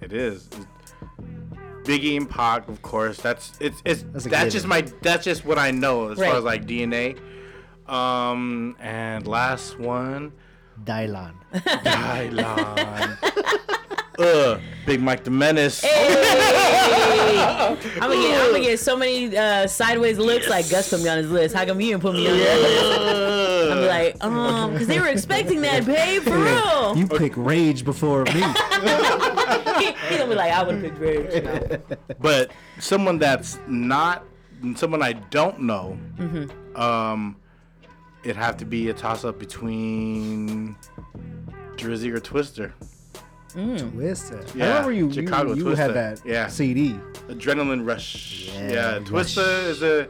It is. Biggie and Pac, of course. That's it's it's
That's
that's,
a given.
just my that's just what I know as
Right.
far as like DNA. Um, and last one,
Dylan.
Dylan. uh, Big Mike the Menace.
I'm gonna get. I'm gonna get so many uh, sideways looks. Like Gus put me on his list. How come you didn't put me on? your list?
Ugh.
I'm like, um, because they were expecting that, babe, for real.
You pick Rage before me.
He, he gonna be like, I would have picked Rage.
but someone that's not someone I don't know,
Mm-hmm.
um, it'd have to be a toss up between Drizzy or Twister.
Twister.
Yeah,
I remember you, you,
Chicago
you
Twister.
had that
Yeah.
CD.
Adrenaline Rush. Yeah,
Rush.
Twister is a.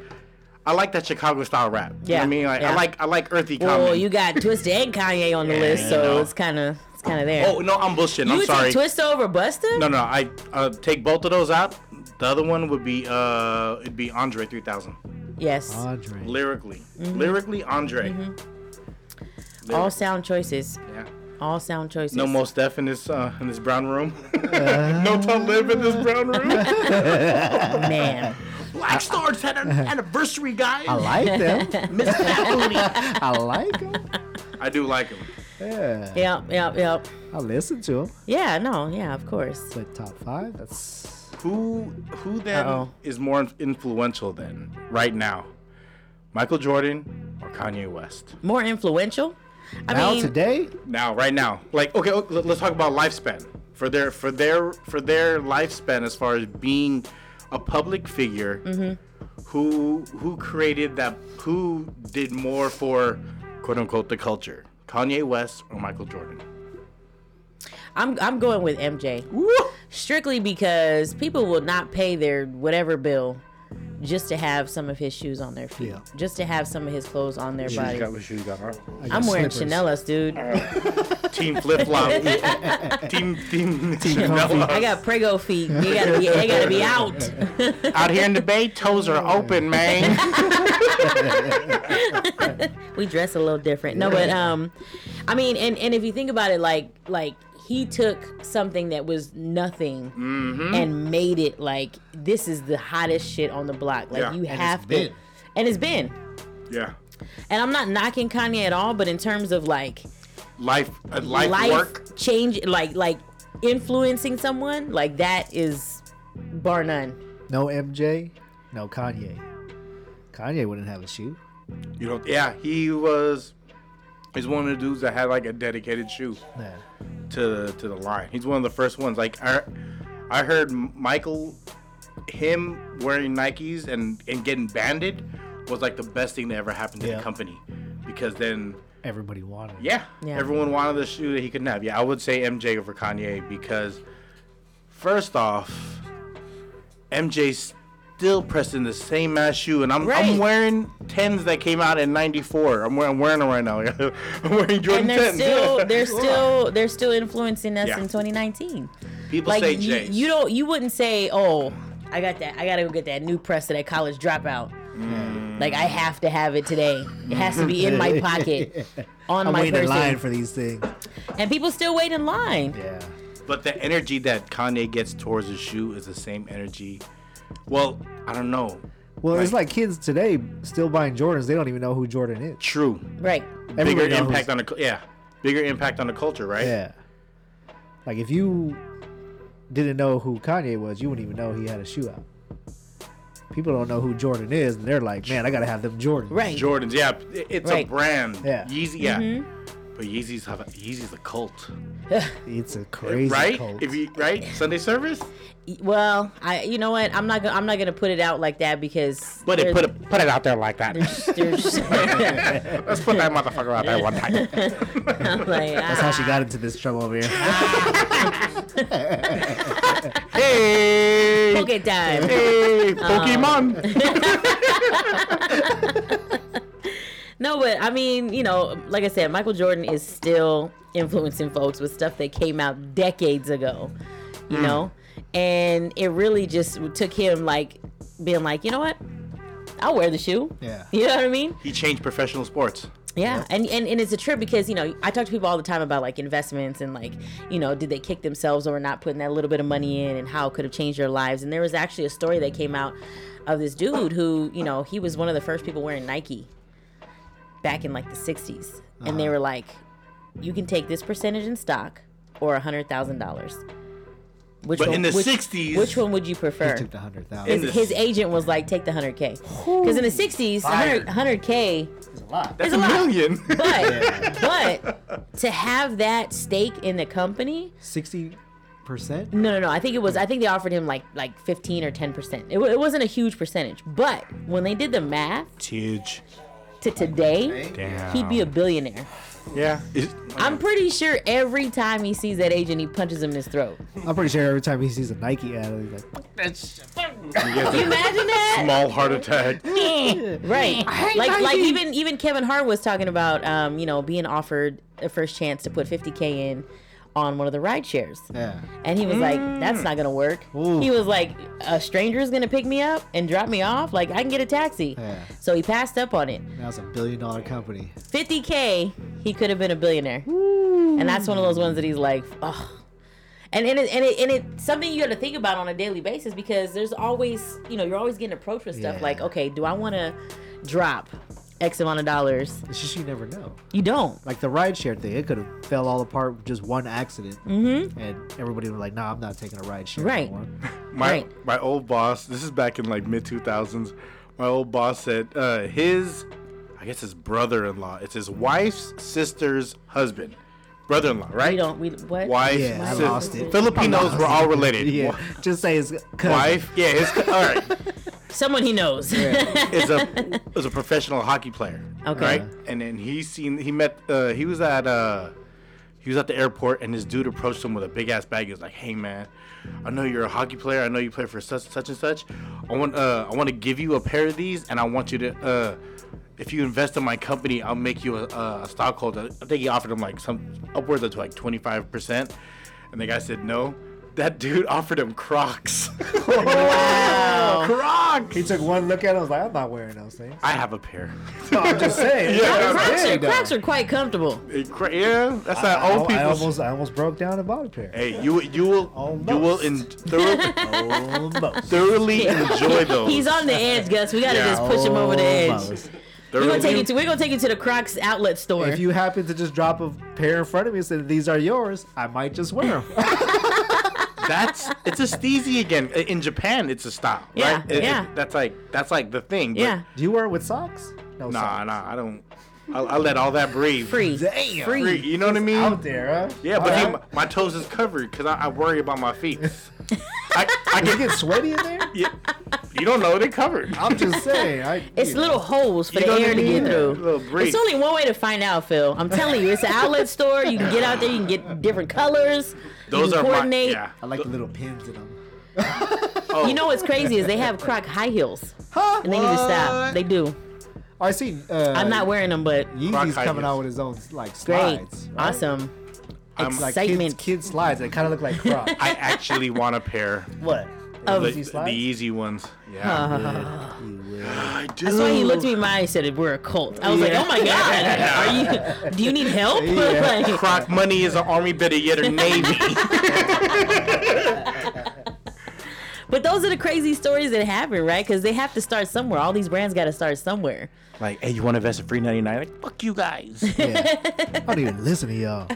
I like that Chicago style rap. You know what
Yeah,
I mean, like
yeah.
I like I like earthy comedy.
Well, Oh, you got Twista and Kanye on the list, so
no.
it's kind of it's kind of there.
oh no, I'm bullshitting.
you
I'm
would
sorry.
take Twista over Busta?
No, no, I uh, take both of those out. The other one would be uh, it'd be Andre 3000.
Yes.
Uh,
Andre.
Lyrically,
Mm-hmm.
lyrically Andre.
All sound choices.
Yeah.
All sound choices.
No most Def in this uh, in this brown room. no Talib in this brown room.
man.
Black Stars had an anniversary, guys.
I like them.
Miss Faculty.
I like them.
I do like him.
Yeah.
Yep. Yep. Yep.
I listen to them.
Yeah. No. Yeah. Of course.
But top five, that's
Who who then
Uh-oh.
is more in- influential than right now, Michael Jordan or Kanye West?
More influential. I
now
mean,
today.
Now, right now, like okay, okay, let- let's talk about lifespan for their for their for their lifespan as far as being a public figure
Mm-hmm.
who who created that who did more for quote unquote the culture, Kanye West or Michael Jordan?
I'm I'm going with MJ strictly because people will not pay their whatever bill just to have some of his shoes on their feet,
Yeah.
just to have some of his clothes on their
She's
body.
got what she's got. huh?
I got
I'm wearing
slippers.
Chanelas, dude.
Team flip flop. team team team.
I got Prego feet. They gotta be. They gotta be out.
Out here in the bay, toes are open, man.
we dress a little different. No, but um, I mean, and and if you think about it, like like he took something that was nothing
Mm-hmm.
and made it like this is the hottest shit on the block. Like
Yeah.
you
And it's
have to,
been.
and it's been.
yeah.
And I'm not knocking Kanye at all, but in terms of like
Life, uh, life,
life
work.
change, like like influencing someone, like that is bar none.
No MJ, no Kanye. Kanye wouldn't have a shoe.
You know, yeah, he was. He's one of the dudes that had like a dedicated shoe
Yeah.
to to the line. He's one of the first ones. Like I, I heard Michael, him wearing Nikes and and getting banded was like the best thing that ever happened to
Yeah.
the company, because then
Everybody wanted. it.
yeah,
Yeah.
everyone wanted the shoe that he couldn't have. Yeah, I would say MJ over Kanye because first off, MJ's still pressing the same ass shoe, and I'm I'm
Right.
wearing tens that came out in '94. I'm wearing I'm wearing them right now. I'm wearing Jordan
And they're
tens.
still they're still they're still influencing us
Yeah.
in 2019.
People
like
say
you,
J's.
you don't you wouldn't say oh i got that i gotta go get that new press of that college dropout
Mm.
like i have to have it today it has to be in my pocket on
I'm
my
waiting
person
in line for these things.
and people still wait in line
Yeah.
But the energy that Kanye gets towards his shoe is the same energy. Well, I don't know.
Well, it's like kids today still buying Jordans. They don't even know who Jordan is.
True.
right
Everybody
bigger
knows.
impact on the cul- yeah, bigger impact on the culture, right?
Yeah. Like if you didn't know who Kanye was, you wouldn't even know he had a shoe out. People don't know who Jordan is, and they're like, "Man, I gotta have them Jordans."
right
Jordans, yeah, it- it's
Right. Mm-hmm.
a brand.
Yeah.
Yeezy, yeah. But Yeezys have a, Yeezys a cult,
It's a crazy
right?
cult.
If you right Sunday service,
well i you know what i'm not gonna i'm not gonna put it out like that because
but it
there's-
put it put it out there like that.
there's-
Let's put that motherfucker out there one time.
I'm like,
That's how
ah,
she got into this trouble over here.
Hey,
poke it time Uh.
hey, Pokemon.
No, but I mean, you know, like I said, Michael Jordan is still influencing folks with stuff that came out decades ago, you know? And it really just took him, like, being like, you know what? I'll wear the shoe.
Yeah.
You know what I mean?
he changed professional sports.
Yeah. And, and and it's a trip because, you know, I talk to people all the time about like investments and like, you know, did they kick themselves over not putting that little bit of money in and how it could have changed their lives. And there was actually a story that came out of this dude who, you know, he was one of the first people wearing Nike back in like the 60s and
Uh-huh.
they were like you can take this percentage in stock or a hundred thousand dollars which
But in the
which,
60s
which one would you prefer
Took the hundred
In
thousand.
the-
his, his agent was like take the 100k because in the 60s
Fire.
100, 100k
That's
It's a lot.
million.
but but to have that stake in the company
Sixty percent.
No, no, no. I think it was. I think they offered him like like 15 or 10 percent. It, wa- it wasn't a huge percentage, but when they did the math
It's huge.
to today,
Damn.
he'd be a billionaire.
yeah. It's-
I'm pretty sure every time he sees that agent, he punches him in his throat.
I'm pretty sure every time he sees a Nike ad, he's like,
you get
Can you
the
imagine that?
small heart attack.
Right. Like like even even Kevin Hart was talking about um, you know, being offered a first chance to put 50k in on one of the ride shares.
yeah.
And he was like, that's not going to work.
Ooh.
He was like, a stranger is going to pick me up and drop me off. Like, I can get a taxi.
Yeah.
So he passed up on it.
Now it's a billion dollar company.
50K, he could have been a billionaire. And that's one of those ones that he's like, oh. And, and, it, and, it, and it's something you got to think about on a daily basis because there's always, you know, you're always getting approached with stuff
Yeah.
like, okay, do I want to drop X amount of dollars?
It's just you never know.
You don't.
Like the rideshare thing, it could have fell all apart with just one accident, and everybody was like, "Nah, I'm not taking a rideshare
Mm-hmm. Right.
anymore."
My
Right.
my old boss. This is back in like mid two thousands. My old boss said uh, his, I guess his brother in law. It's his wife's sister's husband, brother in law, right?
We don't. We, what?
Wife,
Yeah, I
sis-
lost it.
Filipinos were all related.
Yeah, just say it's cousin.
Wife, yeah, it's all right.
Someone he knows.
is a is a professional hockey player.
Okay.
Right? And then he seen he met uh, he was at uh he was at the airport and this dude approached him with a big ass bag. He was like, "Hey man, I know you're a hockey player. I know you play for such such and such. I want uh I want to give you a pair of these and I want you to uh if you invest in my company, I'll make you a, a stockholder." I think he offered him like some upwards of like 25%. And the guy said, "No." That dude offered him Crocs. Crocs.
He took one look at it. I was like, "I'm not wearing those things."
I have a pair.
No, I'm just saying.
Yeah.
Crocs, are,
Dang, dog.
Crocs are quite comfortable.
It cra- Yeah, that's that
I,
old
I
people.
almost, I almost broke down and bought a pair.
hey, you you will you will en- thorough-
Almost.
thoroughly enjoy those.
He's on the edge, Gus. We gotta
Yeah.
just push him over the edge.
Almost.
We're
Thoroughly-
gonna take you to we're gonna take you to the Crocs outlet store.
If you happen to just drop a pair in front of me and say these are yours, I might just wear them.
that's it's a steezy again. I- In Japan, it's a style,
Yeah,
right? It- it-
yeah.
that's like that's like the thing. But
yeah,
Do you wear it with socks? No
Nah,
socks.
nah, I don't. I, I let all that breathe.
free.
Damn.
Free.
Free, You know what I mean?
Out there, huh?
Yeah, but
All
he,
right.
my toes is covered because I, I worry about my feet. I, I
Does
get,
it get sweaty in there?
yeah, you don't know they're covered.
I'm just saying. I,
It's
you know.
little holes for
You
the
know what
air
I
to get
mean? Little
through.
breeze.
It's only one way to find out, Phil. I'm telling you, it's an outlet store. You can get out there, you can get different colors.
Those
you
are my
can coordinate.
yeah. oh,
I like the little pins in them.
You know what's crazy is they have Croc high heels,
Huh?
and they need to stop. They do.
I see. Uh,
I'm not wearing them, but
Yeezy's
Rock high
coming
heels.
out with his own like
great,
slides. right?
awesome.
I'm-
Like
Excitement.
kids, kids slides. They kind of look like Crocs.
I actually want a pair.
what?
Of-
The,
Yeezy
the
slides?
easy ones. Yeah. I do.
That's why he looked at me in my eye and said, "We're a cult." I was like, "Oh my god, are you? Do you need help?"
Yeah.
Like-
Croc money is an army better yet a navy.
But those are the crazy stories that happen, right? Because they have to start somewhere. All these brands got to start somewhere.
like, hey, you want to invest in free ninety nine? Like, fuck you guys.
Yeah. I don't even listen to y'all.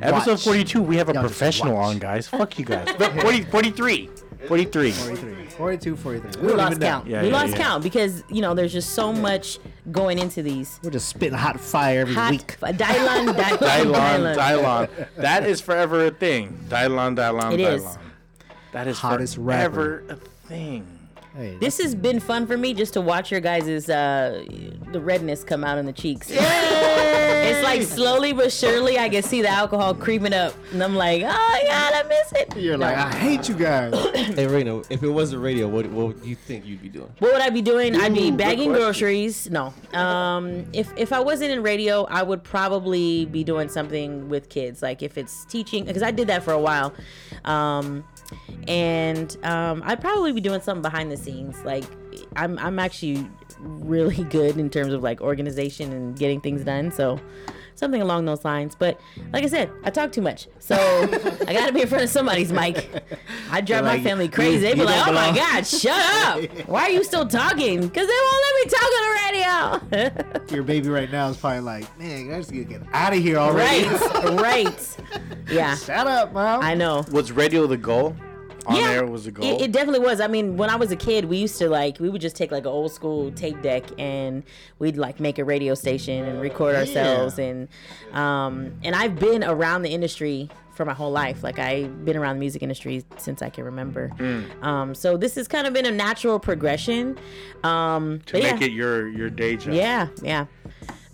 Episode
Watch.
forty two, we have a
Y'all just
professional
watch.
on, guys. Fuck you guys. No, 40, 43. 43.
43, 42, 43.
We lost count.
Yeah,
we
yeah,
lost
yeah.
count because you know there's just so much going into these
We're just spitting hot fire every
hot
week.
Dylon, Dylon,
Dylon,
Dylon.
Dylon. That is forever a thing. Dylon, Dylon,
It
Dylon.
is.
That is
Hottest
forever a thing.
Hey,
This has been fun for me just to watch your guys' uh, the redness come out in the cheeks. It's like slowly but surely I can see the alcohol creeping up, and I'm like, oh my god, I miss it.
you're
No.
like, I hate you guys.
Hey, Reno, if it wasn't radio, what, what would you think you'd be doing?
What would I be doing? I'd be
Ooh, good
bagging
question.
groceries. No. Um, if if I wasn't in radio, I would probably be doing something with kids, like if it's teaching, because I did that for a while. Um, and um, I'd probably be doing something behind the scenes. Like I'm I'm actually really good in terms of like organization and getting things done. So. Something along those lines, but like I said, I talk too much, so I gotta be in front of somebody's mic. I drive
Like,
my family crazy.
you-
They'd be
you
like,
don't
"Oh my
belong."
God, shut up! Why are you still talking? Because they won't let me talk on the radio."
Your baby right now is probably like, man, I just need to get out of here already.
right, right. Yeah,
Shut up, mom.
I know.
Was radio the goal? on air was a goal.
It, it definitely was. I mean, when I was a kid, we used to like we would just take like an old school tape deck and we'd like make a radio station and record ourselves and um and I've been around the industry for my whole life. Like I've been around the music industry since I can remember.
Hmm.
Um so this has kind of been a natural progression. Um
to
but yeah.
make it your your day job.
Yeah, yeah.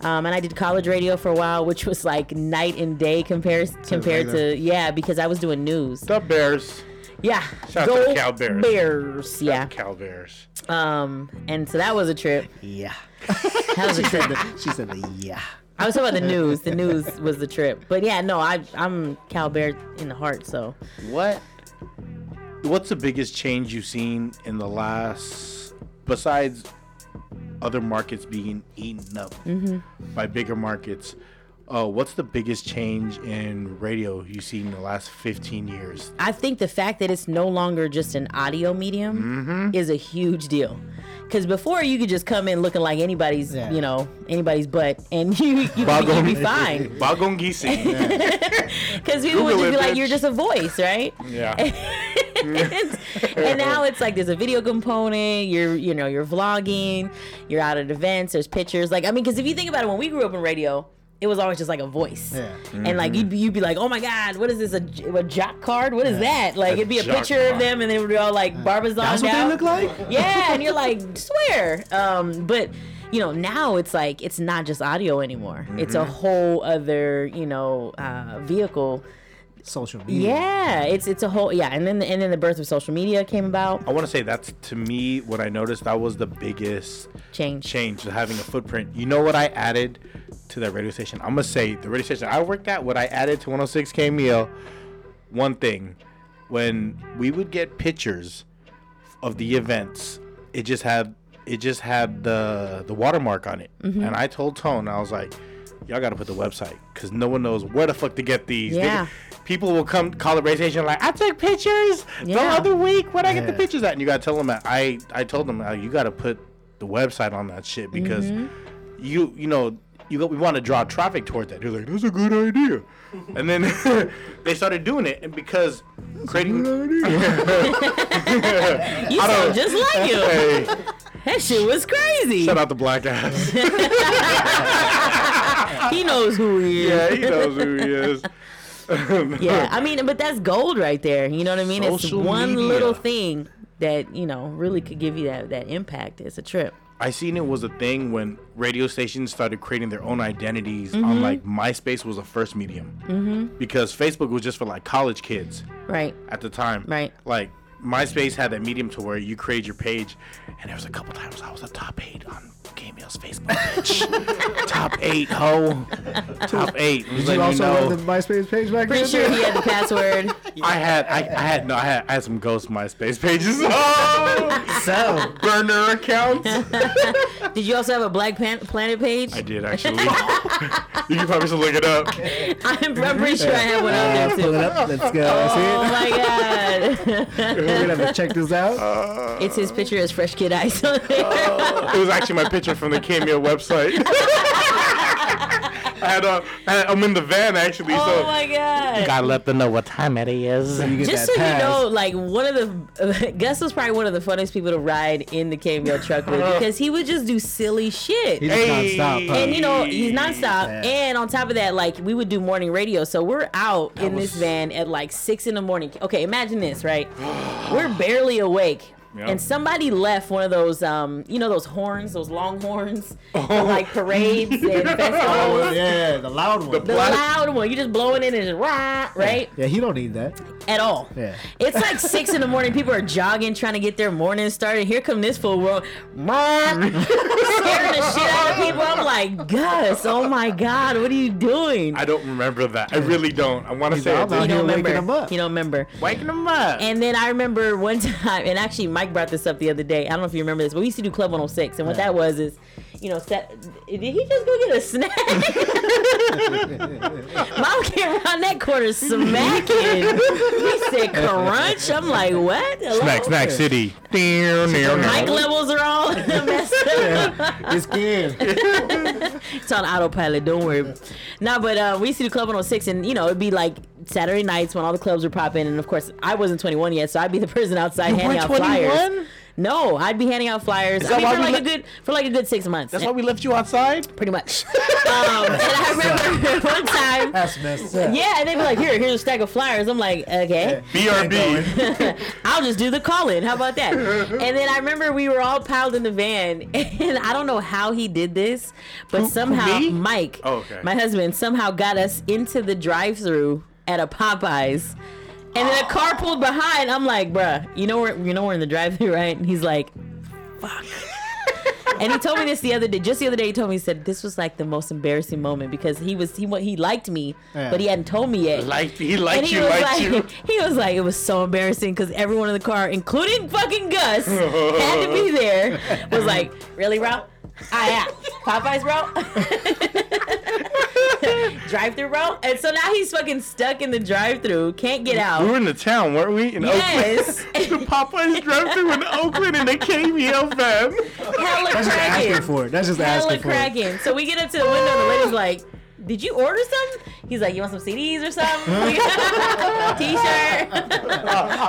Um, and I did college radio for a while, which was like night and day compares compared to yeah, because I was doing news.
The Bears,
Yeah,
Shout out to the Cal Bears.
Bears, yeah.
Cal Bears.
Um, and so that was a trip.
Yeah.
That was a trip. Oh,
She said the yeah.
I was talking about the news. The news was the trip. But yeah, no, I I'm Cal Bear in the heart. So
What? What's the biggest change you've seen in the last, besides other markets being eaten up
Mm-hmm.
by bigger markets? Uh, what's the biggest change in radio you've seen in the last 15 years?
I think the fact that it's no longer just an audio medium
Mm-hmm.
is a huge deal. Because before you could just come in looking like anybody's,
Yeah.
you know, anybody's butt, and you you, you,
Boggle
would be
me.
fine.
Bagongisi.
Because people would
Google it,
just be like,
bitch.
"You're just a voice, right?"
Yeah.
and now it's like there's a video component. You're you know you're vlogging. You're out at events. There's pictures. Like I mean, because if you think about it, when we grew up in radio, it was always just like a voice.
Yeah.
And like you'd be, you'd be like, oh my god, what is this a, a jock card? What is that? Like it'd be a
jock
picture of
card.
them, and they would be all like barbizon
That's what
out.
they look like?
yeah, and you're like swear. Um, but you know now it's like it's not just audio anymore. It's a whole other you know uh, vehicle.
Social media.
Yeah, it's it's a whole yeah, and then the, and then the birth of social media came about.
I want to say that's to me what I noticed. That was the biggest
Change.
change to having a footprint. You know what I added to that radio station? I'm gonna say the radio station I worked at. What I added to 106 KMEL, E one thing, when we would get pictures of the events, it just had it just had the the watermark on it,
Mm-hmm.
and I told Tone I was like. Y'all gotta put the website because no one knows where the fuck to get these. They-
Yeah.
people will come call the radio station like, I took pictures the
Yeah.
other week when I get the
Yeah.
pictures out, and you gotta tell them that I I told them uh, you gotta put the website on that shit because
Mm-hmm.
you you know you go, we want to draw traffic towards that. They're like, that's a good idea, and then they started doing it, and because creating
You sound just like you.
hey,
That shit was crazy.
shout out the black ass.
He knows who he is.
yeah, he knows who he is.
Yeah, I mean, but that's gold right there. You know what I mean? it's
Social
one
media.
little thing that you know really could give you that that impact. It's a trip.
I seen it was a thing when radio stations started creating their own identities
Mm-hmm.
on like MySpace was the first medium mm-hmm. because Facebook was just for like college kids.
Right.
at the time.
Right.
Like MySpace had that medium to where you create your page, and there was a couple times I was a top eight on Gmail's Facebook page. top eight, ho. Top eight. Did
Did you also have the MySpace page back
Pretty
then?
sure he had the password.
I had, I, I had, no, I had, I had some ghost MySpace pages. Oh,
So
burner accounts.
Did you also have a Black Pan- Planet page?
I did actually. you can probably just look it up.
I'm, I'm pretty sure I had one
uh, pull
out there too.
it up. Let's go.
Oh
See
my god! Uh,
it? We're gonna have to check this out.
It's his picture as Fresh Kid Ice on there.
It was actually my picture from the Cameo website. I had a, I had, I'm in the van actually.
Oh
so
my god!
gotta let them know what time it is.
you get
Just so
that pass.
you know, like one of the Gus was probably one of the funnest people to ride in the cameo truck with because he would just do silly shit.
He just
Hey.
nonstop, huh?
and you know he's nonstop,
Yeah.
and on top of that, like we would do morning radio, so we're out in
was-
this van at like six in the morning. Okay, imagine this, right? we're barely awake,
Yeah.
and somebody left one of those, um, you know, those horns, those long horns, for, like parades and festivals.
Oh, yeah, the loud one.
The loud one, you just blowing in and just rah, right?
yeah, he don't need that.
at all.
Yeah.
It's like six in the morning. People are jogging, trying to get their morning started. Here come this fool, world, scaring the shit out of people. I'm like, Gus, oh my god, what are you doing?
I don't remember that. I really don't. I want to say
out
it.
there.
you don't
You're waking
remember.
them up.
You don't remember.
waking them up.
And then I remember one time, and actually Mike brought this up the other day. I don't know if you remember this, but we used to do Club 106, and what that was is, you know, set, did he just go get a snack? Mom came around that corner smacking. He said crunch. I'm like, what? Hello?
Snack, snack city. Damn, damn,
Mic
damn.
levels are all messed up.
It's good.
It's on autopilot. Don't worry. Nah, but uh, we used to do Club 106, and you know it'd be like Saturday nights when all the clubs were popping, and of course I wasn't 21 yet, so I'd be the person outside handing out flyers. No, I'd be handing out flyers. I mean,
why
for
we
like
let-
a good for like a good six months. eh,
That's why we left you outside.
pretty much. um, and I remember one time.
That's messed up.
Yeah, and they'd be like, "Here, here's a stack of flyers." I'm like, "Okay."
BRB.
I'll just do the call in. How about that? and then I remember we were all piled in the van, and I don't know how he did this, but somehow
me?
Mike,
Oh, okay.
my husband, somehow got us into the drive through at a Popeyes. And then a car pulled behind. I'm like, bruh, you know we're you know we're in the drive through, right? And he's like, and he told me this the other day. Just the other day, he told me he said this was like the most embarrassing moment because he was he wa- he liked me,
Yeah.
but he hadn't told me yet.
Liked he
And
liked
he
you,
was
liked
like,
you.
he was like, it was so embarrassing because everyone in the car, including fucking Gus, had to be there. Was like, really, bro? I yeah, Popeyes, bro. drive through, bro. And so now he's fucking stuck in the drive through, can't get
We
out.
were in the town, weren't we? In
Yes,
Oakland. the Popeyes drive-through in Oakland, and they came here, fam.
hella
That's just asking
cracking,
for it. That's just
hella
asking for it.
cracking. So we get up to the window, and the lady's like. Did you order something? He's like, you want some CDs or something? T-shirt.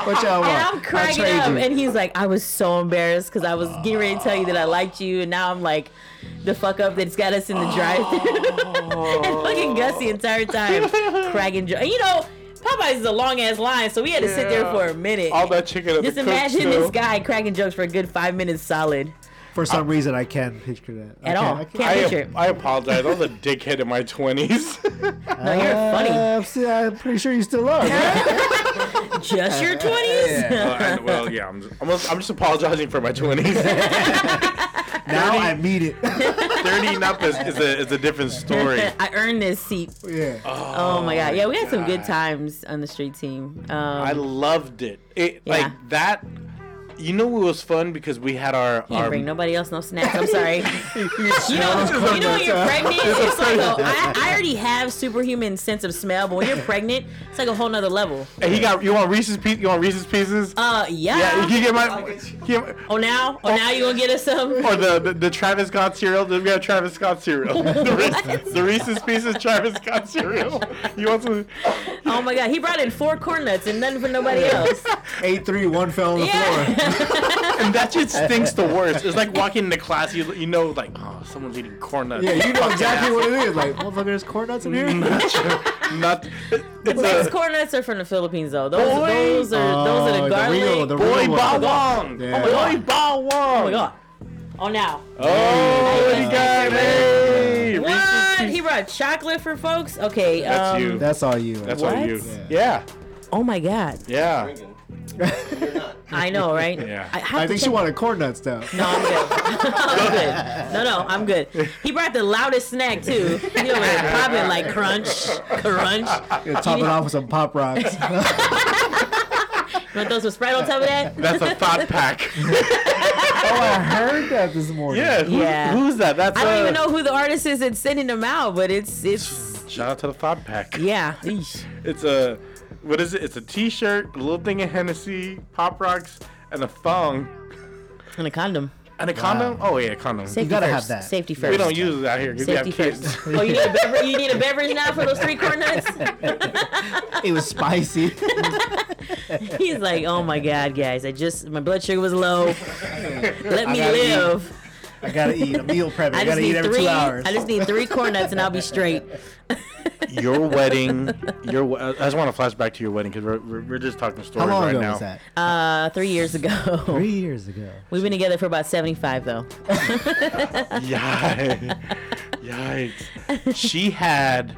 What y'all want?
And I'm cracking
I'll trade
up.
you.
And he's like, I was so embarrassed because I was getting ready to tell you that I liked you. And now I'm like, the fuck up that's got us in the drive thru. and fucking Gus the entire time. cracking jo- And you know, Popeyes is a long ass line, so we had to sit there
Yeah.
for a minute.
All that chicken at
Just
the
imagine
cook
this
still.
guy cracking jokes for a good five minutes solid.
For some reason, I can't picture that. I
At all.
I
Can't-
I,
picture.
I apologize. I was a dickhead in my twenties.
No, you're funny.
Uh, see, I'm pretty sure you still are. right?
Just your 20s?
well, yeah, I'm just, I'm, just, I'm just apologizing for my twenties.
now I mean it.
Thirty and up is, is a is a different story.
I earned this seat.
yeah.
Oh, my god. Yeah, we had some good times on the street team. Um,
I loved it. It
Yeah.
like that. You know what was fun because we had our
Can't
our
bring nobody else no snacks. I'm sorry. you know, you know when you're pregnant, it's like a, I, I already have superhuman sense of smell, but when you're pregnant, it's like a whole nother level.
Hey, he got you want Reese's pieces. You want Reese's pieces?
Uh, yeah.
yeah, you can get my. Get my
oh, now, oh, now you gonna get us some?
or the, the the Travis Scott cereal. Then we have Travis Scott cereal. the, Reese,
What?
the Reese's pieces Travis Scott cereal. You want some?
Oh my God, he brought in four corn nuts and nothing for nobody else.
Eight three one fell on the floor.
Yeah.
And that shit stinks the worst. It's like walking into class. You you know like oh someone's eating corn nuts.
Yeah, you know exactly what it is. Like, motherfucker, there's corn nuts in
Mm-hmm.
here.
Not. It's
Those
a
corn nuts are from the Philippines though. Those,
Boy.
those are
Oh,
those are the
the
garlic.
real- the real-
boy ba
Yeah.
wong.
Yeah.
Boy ba wong.
oh my God. Oh now.
Oh, you got hey. Reese's
What? He brought chocolate for folks? Okay.
That's
um,
you.
That's all you.
That's
all.
all
what?
you. Yeah.
Oh my God.
Yeah.
I know, right?
Yeah.
I, have
I
to
think she
check-
wanted corn nuts though.
No, I'm good. I'm good. No, no, I'm good. He brought the loudest snack too. He over there popping like crunch, crunch. You
Gonna top it off with some pop rocks.
Oh, want to throw some Sprite on top of that?
That's a thought pack.
I heard that this morning.
yeah. Who's,
Yeah.
who's that? That's
I don't
uh,
even know who the artist is that's sending them out, but it's it's
Shout out to the Thought Pack.
yeah. Eesh.
It's a what is it? It's a T-shirt, a little thing of Hennessy, Pop Rocks, and a thong
And a condom.
and a condom. Oh yeah, a condom.
Safety
gotta have
first.
that.
Safety first.
we don't use it out here because we have
Safety
kids.
first. Oh, you need a beverage. You need a beverage now for those three corn nuts.
It was spicy.
He's like, oh my god, guys, I just my blood sugar was low. Let me
gotta eat.
live.
I gotta eat a meal prep. I,
I just
gotta eat
need
every
three.
two hours.
I just need three corn nuts and I'll be straight.
your wedding, your we- I just want to flash back to your wedding because we're, we're we're just talking stories
How long
right
ago
now.
was that?
Uh, three years ago.
Three years ago.
We've been together for about 75 though.
Yikes. Yikes. She had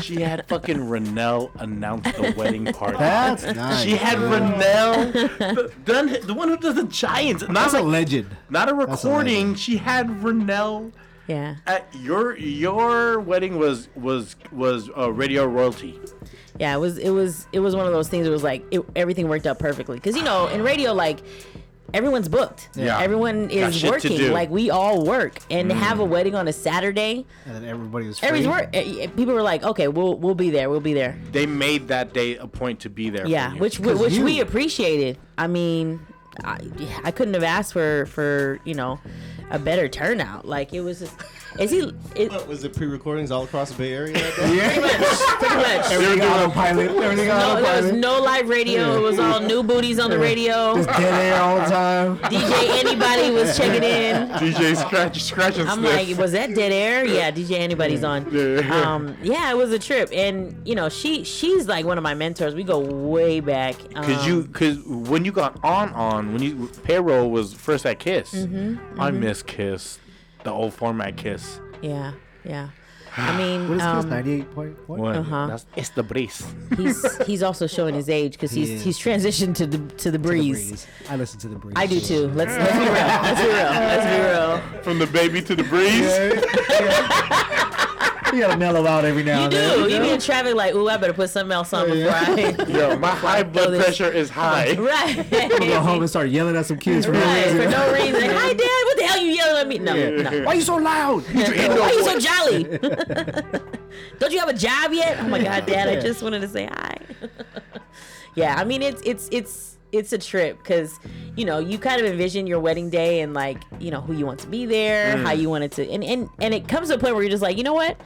she had fucking Renelle announce the wedding party.
That's nice.
she had
dude.
Renelle, the, done, the one who does the Giants, not
That's a
like
legend.
not
a
a
legend.
recording. She had Renelle
Yeah.
at your your wedding was was was uh, radio royalty.
Yeah, it was it was it was one of those things. It was like it, everything worked out perfectly because you know in radio like everyone's booked.
Yeah.
everyone is
shit to
working.
do. Mm.
Like we all work, and to have a wedding on a Saturday,
And then everybody was free.
everybody's work. eh, eh, People were like, okay, we'll we'll be there. We'll be there.
They made that day a point to be there. for
Yeah,
you.
which which
'Cause you-
we appreciated. I mean, I, I couldn't have asked for for you know a better turnout. Like it was, just, is he? It,
What, was it pre-recordings all across the Bay Area?
pretty much, pretty much.
They were doing a pilot.
Everything
No,
on
there was
pilot.
no live radio. It was all new booties on the radio.
Just dead air all the time.
DJ anybody was checking in.
DJ scratch, scratch and
I'm
sniff.
like, was that dead air? Yeah, DJ anybody's on. Um, yeah, it was a trip, and you know, she she's like one of my mentors. We go way back. Um,
Cause you, cause when you got on on when you payroll was first at Kiss,
Mm-hmm,
I miss Kiss, the old format Kiss.
Yeah, yeah. I mean,
What is this?
um,
Ninety-eight point one.
One,
Uh-huh.
that's, it's the breeze.
he's he's also showing his age because he's
is.
he's transitioned to the to the breeze.
I listen to the breeze.
I do too. Let's let's be real. Let's be real. Let's be real.
From the baby to the breeze.
You gotta mellow out every now
You
and then.
do. You Oh, be in traffic like, ooh, I better put something else on before I.
Yo, my high
throw
blood
this-
pressure is high.
You go
Right.
home and start yelling at some kids for no
Right,
reason.
for no reason. Hi, Dad. What the hell you yelling at me? No, no.
Why you so loud?
Why are you so jolly? Don't you have a job yet? Oh my God, Dad! I just wanted to say hi. yeah, I mean it's it's it's it's a trip because you know you kind of envision your wedding day and like you know who you want to be there,
Mm.
how you want it to, and and and it comes to a point where you're just like, you know what?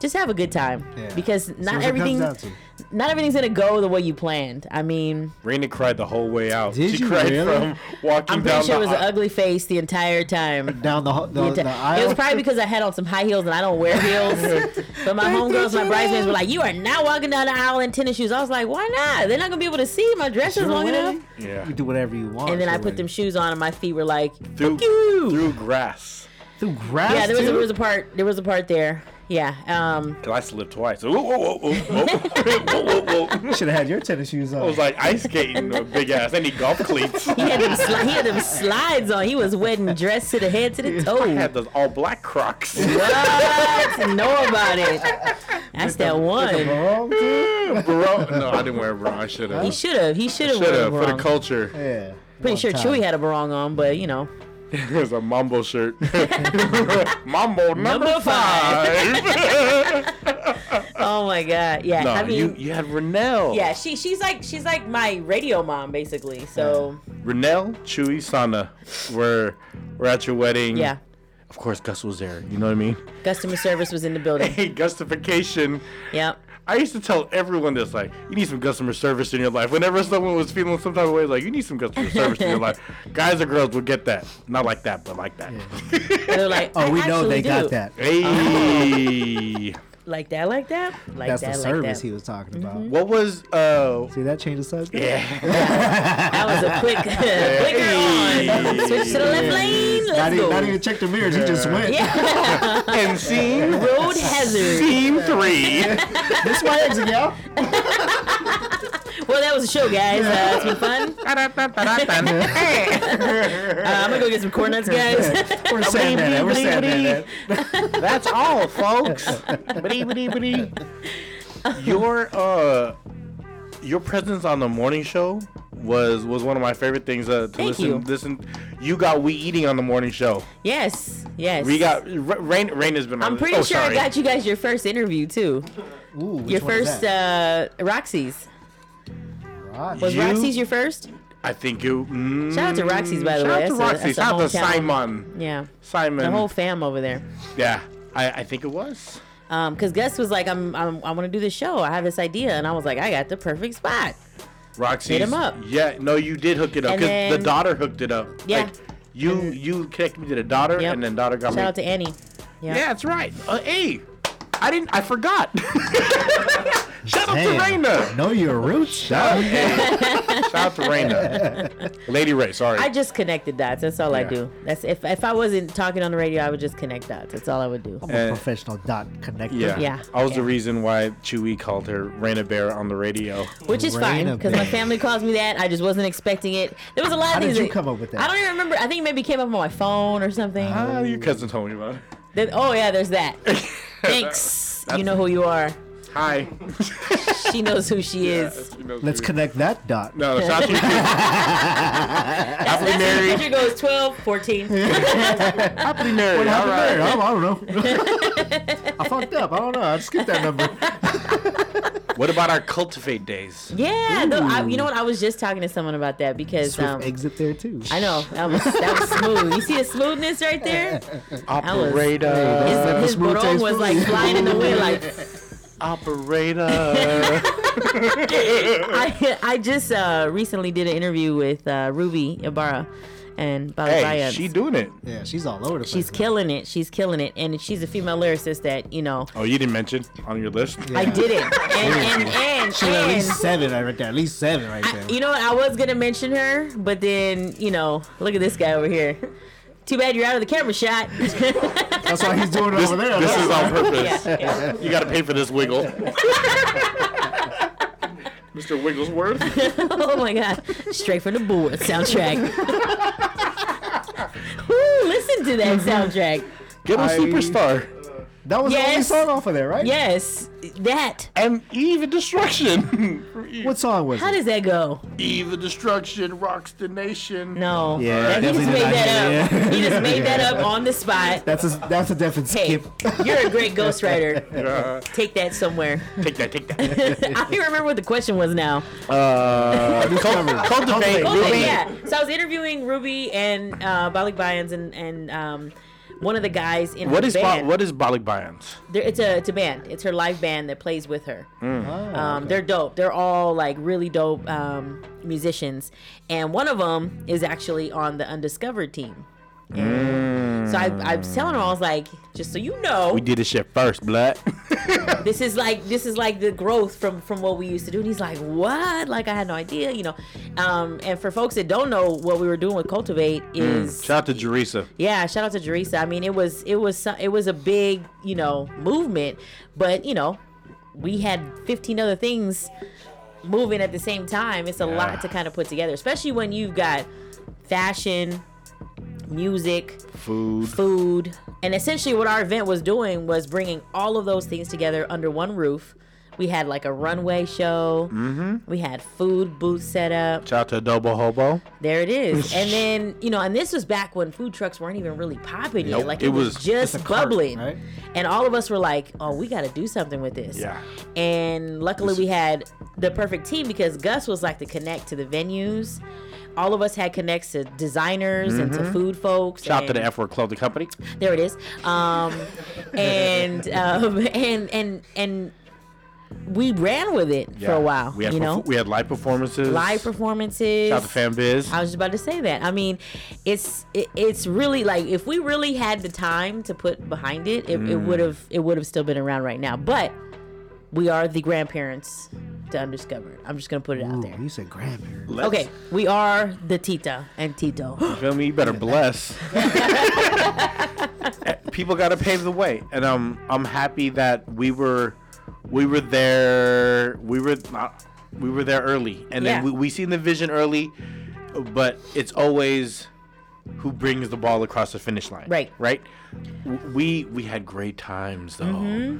Just have a good time
Yeah.
because
what
not
it comes
everything,
down to.
not everything's gonna go the way you planned. I mean,
Raina cried the whole way out.
Did
she
you
cried
really?
from walking
I'm
down
pretty sure it
the
was an
aisle.
ugly face the entire time.
Down the, ho- the,
It
the aisle.
was probably because I had on some high heels and I don't wear heels. but my homegirls, my bridesmaids were like, "You are not walking down the aisle in tennis shoes." I was like, "Why not? They're not gonna be able to see my dress is
Your
long
wedding?
enough."
You can do whatever you want.
And then
at
I
your
put them
wedding.
shoes on, and my feet were like,
through,
"Fuck you!"
through grass.
through grass.
yeah, there was,
too?
there was a part. There was a part there. Yeah. Um,
Cause I slipped twice. Ooh, ooh, ooh, ooh, ooh, ooh, ooh, ooh.
You should have had your tennis shoes on.
I was like ice skating, with big ass. I need golf cleats.
he had them. Sli- he had them slides on. He was wedding dress to the head to the
I
toe.
had those all black Crocs.
What? know about it? That's that one.
Wrong, too?
bro, no, I didn't wear a bra. I should
He
have.
should have. He should have.
Should have for the culture.
Yeah.
Pretty sure
time.
Chewy had a barong on, but you know.
It was a mambo shirt. mambo number,
Number
five.
Oh my god. Yeah.
no,
I mean,
you you had Renelle.
Oh.
yeah. She she's like she's like my radio mom basically. So
Mm.
Renelle, Chewy, Sana were were at your wedding.
yeah.
Of course, Gus was there. You know what I mean?
Customer service was in the building.
Hey, Gustification.
Yep.
I used to tell everyone this, like, you need some customer service in your life. Whenever someone was feeling some type of way, like, you need some customer service in your life. Guys or girls would get that. Not like that, but like that.
And they're like,
Oh,
I
we know they
actually do.
got that.
Hey.
Like that, like that, like
That's
that,
the
like
service
that. Mm-hmm.
he was talking about.
what was, uh,
See that change of subject?
yeah.
that was a quick, quicker on. Switch to the left lane. Let's
Not,
go.
even, not e-, even check the mirrors. He just went.
yeah.
and scene,
Road hazard.
scene three.
This way, exit, y'all.
Well, that was a show, guys. Uh, it's been fun. Uh, I'm gonna go get some corn nuts, guys.
We're saying that. We're saying that.
That's all, folks. Biddy, biddy, biddy. Your uh, your presence on the morning show was was one of my favorite things uh, to listen.
you.
Listen, you got we eating on the morning show.
yes, yes.
We got Ra- rain. Rain has been. on
I'm
this-
pretty
oh,
sure
sorry.
I got you guys your first interview too.
Ooh, which
Your
one is
first
that?
uh, Roxy's.
Rod.
Was
You-
Roxy's your first?
I think you. Mm,
Shout out to Roxy's, by the
shout
way.
out to
That's a-
Roxy.
that's a
Shout out to
hometown.
Simon.
Yeah.
Simon.
The whole fam over there.
yeah, I, I think it was.
Um, cause Gus was like, I'm, I'm I want to do this show. I have this idea, and I was like, I got the perfect spot.
Roxy.
him up.
Yeah, no, you did hook it up
And
because the
then-
daughter hooked it up.
Yeah.
Like, you you connected me to the daughter,
Yep.
and then daughter got
Shout
me.
out to Annie. Yeah.
yeah, that's right. Uh, hey, I didn't. I forgot. Shout out to
Damn.
Raina.
Know your roots. dog.
Shout out to Raina. Lady Ray. Sorry. Uh,
I just connected dots. That's all I
Yeah.
do. That's if if I wasn't talking on the radio, I would just connect dots. That's all I would do.
I'm a
Uh,
professional dot connector.
yeah.
Yeah.
I was the
Yeah.
reason why Chewy called her Raina Bear on the
Oh.
radio.
Which is fine
Raina
because my
Bear.
family calls me that. I just wasn't expecting it. There was a lot
How
of
did
things.
you
that-
come up with that? Uh-huh.
I don't even remember. I think it maybe came up on my phone or something.
Ah, your cousin told me about it.
Then- oh yeah, there's that. Thanks. you know who you are.
Hi.
She knows who she is.
Let's connect that dot.
No, no, shout out to your kids.
That's where the picture goes 12, 14.
Happily married. All
Happened
right.
there? I, don't- I don't know. I fucked up. I don't know. I skipped that number.
What about our cultivate days?
Yeah, no, I, you know what? I was just talking to someone about that because
Swift
um,
exit there too.
I know that was that was smooth. You see the smoothness right there?
Operator.
His,
Uh, the
his
smooth
barong
taste
was
food.
like flying in the wind. Like
Operator.
I, I just uh, recently did an interview with uh, Ruby Ibarra and Bala
hey,
Bayans.
she doing it.
Yeah, she's all over the place.
She's killing it. She's killing it, and she's a female lyricist that you know.
Oh, you didn't mention on your list?
I did it, and and and,
She's at
and
least seven right there. At least seven right there.
you know what? I was gonna mention her, but then you know, look at this guy over here. Too bad you're out of the camera shot.
That's why he's doing it over there.
This Oh, is on purpose.
yeah, yeah.
You gotta pay for this wiggle. Mr. Wigglesworth.
Oh my god! Straight from the Bullworth soundtrack. Woo, listen to that soundtrack.
Get a
I-
superstar.
that was
Yes.
the only song off of there, right?
Yes, that.
And Eve and Destruction.
What song was
How
it?
does that go?
Eve and Destruction rocks the nation.
No.
Yeah,
That- he just
definitely
made
did not
that
do
up.
that.
He just made that up on the spot.
That's a that's a definite
Hey,
skip.
you're a great ghostwriter.
Uh,
Take that somewhere.
take that, take that.
I don't even remember what the question was now.
Uh,
Discovery.
cultivate.
Okay,
Ruby.
yeah. So I was interviewing Ruby and uh, Balik Bayans and and um, one of the guys in
What
her
is ba-
band.
what is Balik Bayans?
They're- it's a it's a band. It's her live band that plays with her. Um, They're dope. They're all like really dope um, musicians, and one of them is actually on the Undiscovered team. And So I, I was telling her I was like, just so you know,
We did this shit first, blood.
this is like this is like the growth from from what we used to do and he's like what like i had no idea you know um and for folks that don't know what we were doing with cultivate is
Shout out to Jerisa.
yeah shout out to Jerisa. i mean it was it was so- it was a big you know movement but you know we had 15 other things moving at the same time it's a lot to kind of put together especially when you've got fashion music
Food.
food. And essentially, what our event was doing was bringing all of those things together under one roof. We had like a runway show. Mm-hmm. We had food booth set up.
Shout out to Adobo Hobo.
There it is. and then you know, and this was back when food trucks weren't even really popping yet.
Nope.
Like it,
It was
was, just
just a cart,
bubbling.
right?
And all of us were like, "Oh, we got to do something with this."
Yeah.
And luckily, we had the perfect team because Gus was like the connect to the venues. All of us had connects to designers and to food folks.
Mm-hmm. Shout out to
and-
the F Word Clothing Company.
there it is um and um and and and we ran with it for
Yeah.
a while
We had
you
perf-
know
we had live performances.
live performances
Shout out to FanBiz.
I was just about to say that. I mean, it's it, it's really like if we really had the time to put behind it, it, it would have it would have still been around right now. But we are the grandparents to undiscovered. I'm just gonna put it out
Ooh,
there.
you said grandparents.
Let's-
Okay, we are the Tita and Tito.
Feel me? You better bless. Eh, People got to pave the way, and um, I'm happy that we were, we were there. We were not, we were there early, and
Yeah.
then we, we seen the vision early, but it's always who brings the ball across the finish line.
Right.
Right. W- We we had great times though.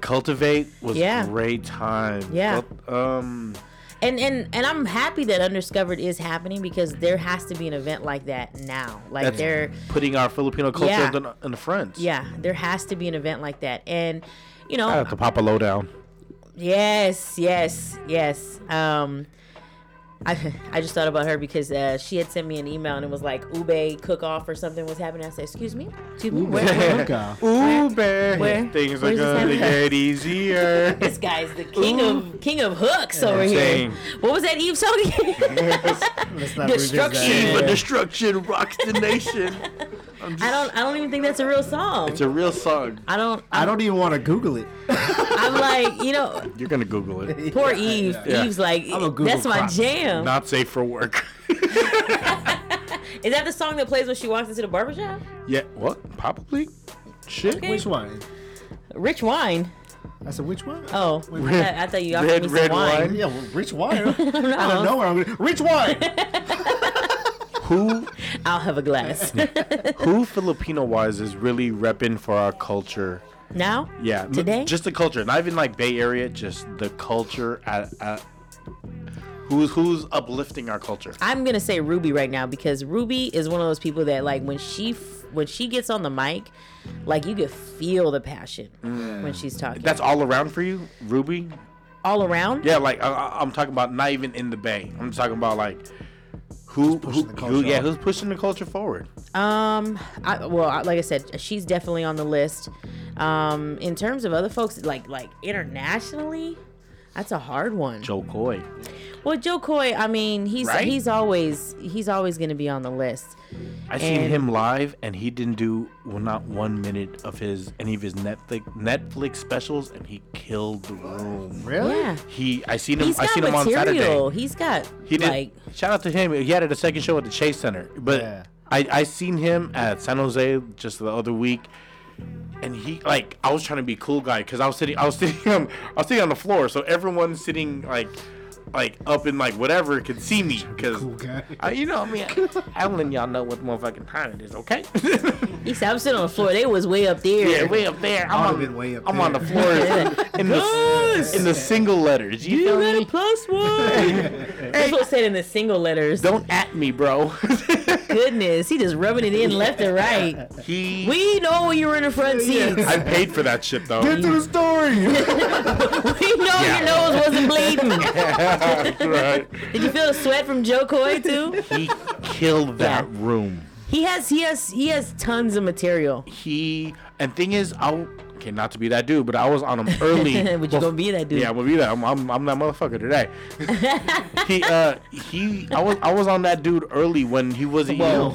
Cultivate was
Mm-hmm, Yeah.
great time.
Yeah.
Cult- um.
and and and I'm happy that Undiscovered is happening because there has to be an event like that now. Like
That's-
there,
Putting our Filipino culture
Yeah.
in, the, in the front.
yeah, there has to be an event like that. And you
Shout
know,
out to Papa Lowdown.
yes, yes, yes. Um, I I just thought about her because uh, she had sent me an email and it was like Ube cook off or something was happening. I said, excuse me, excuse me, where, where-
Look out.
Uber.
Where?
Things
Where's
are
this
gonna
happening?
get easier.
This guy's the king of king of hooks over
Dang.
here. What was that Eve song? again?
Let's not revisit that.
Destruction.
Eve of destruction rocks the nation.
I don't I don't even think that's a real song.
It's a real song.
I don't.
I
I'm,
don't even want to Google it.
I'm like you know
You're gonna Google it.
Poor Eve.
Yeah.
Eve's like,
I'm a Google
that's my
crop.
jam.
Not safe for work.
Is that the song that plays when she walks into the barbershop?
yeah. What? Probably. Shit.
Okay.
Which one?
Rich wine.
I said which one?
Oh, I, thought, I thought you offered
Red-
me some
red
wine.
wine.
Yeah, well, rich wine. I don't know where I'm gonna. Rich wine.
Who?
I'll have a glass.
Who Filipino wise is really repping for our culture
Now?
Yeah, m-
Today?
Just the culture, not even like Bay Area, just the culture at, at who's who's uplifting our culture.
I'm gonna say Ruby right now because Ruby is one of those people that like when she f- when she gets on the mic, like you could feel the passion
Mm.
when she's talking.
That's all around for you, Ruby.
all around.
Yeah, like I- I, I'm talking about not even in the Bay. I'm just talking about like who, who,
the
who
culture
yeah,
up.
who's pushing the culture forward.
Um, I, well, I- like I said, she's definitely on the list. Um, in terms of other folks, like like internationally, that's a hard one.
Joe Coy.
Well, Joe Coy, I mean, he's
Right?
he's always he's always gonna be on the list.
I seen
And-
him live, and he didn't do well, not one minute of his any of his Netflix Netflix specials, and he killed the room.
Really?
Yeah,
He, I seen him.
he's
I
got
seen him on Saturday.
material. He's got
He did.
like
shout out to him. He had it a second show at the Chase Center. But
Yeah.
I I seen him at San Jose just the other week, and he like I was trying to be cool guy because I was sitting I was sitting on I was sitting on the floor, so everyone sitting like like up in like whatever could see me because
Cool guy.
you know I mean I'm letting y'all know what motherfucking time it is, okay?
he said I'm sitting on the floor. They was way up there.
yeah, way up there.
would've
I'm on,
been way up
I'm on the
there.
floor in the in the single letters. You feel me?
plus one. That's what it said in the single letters.
Don't at me, bro.
Goodness, he just rubbing it in left and right.
he
We know you were in the front seats.
I paid for that shit though.
to the story.
We know your nose wasn't bleeding.
right.
Did you feel the sweat from Joe Coy too?
He killed that
Yeah.
room.
He has, he has, he has tons of material.
He and thing is, I okay not to be that dude, but I was on him early.
Would you gonna be that dude?
yeah, I'm gonna be that. I'm, I'm, I'm that motherfucker today. he uh he I was I was on that dude early when he wasn't
Whoa.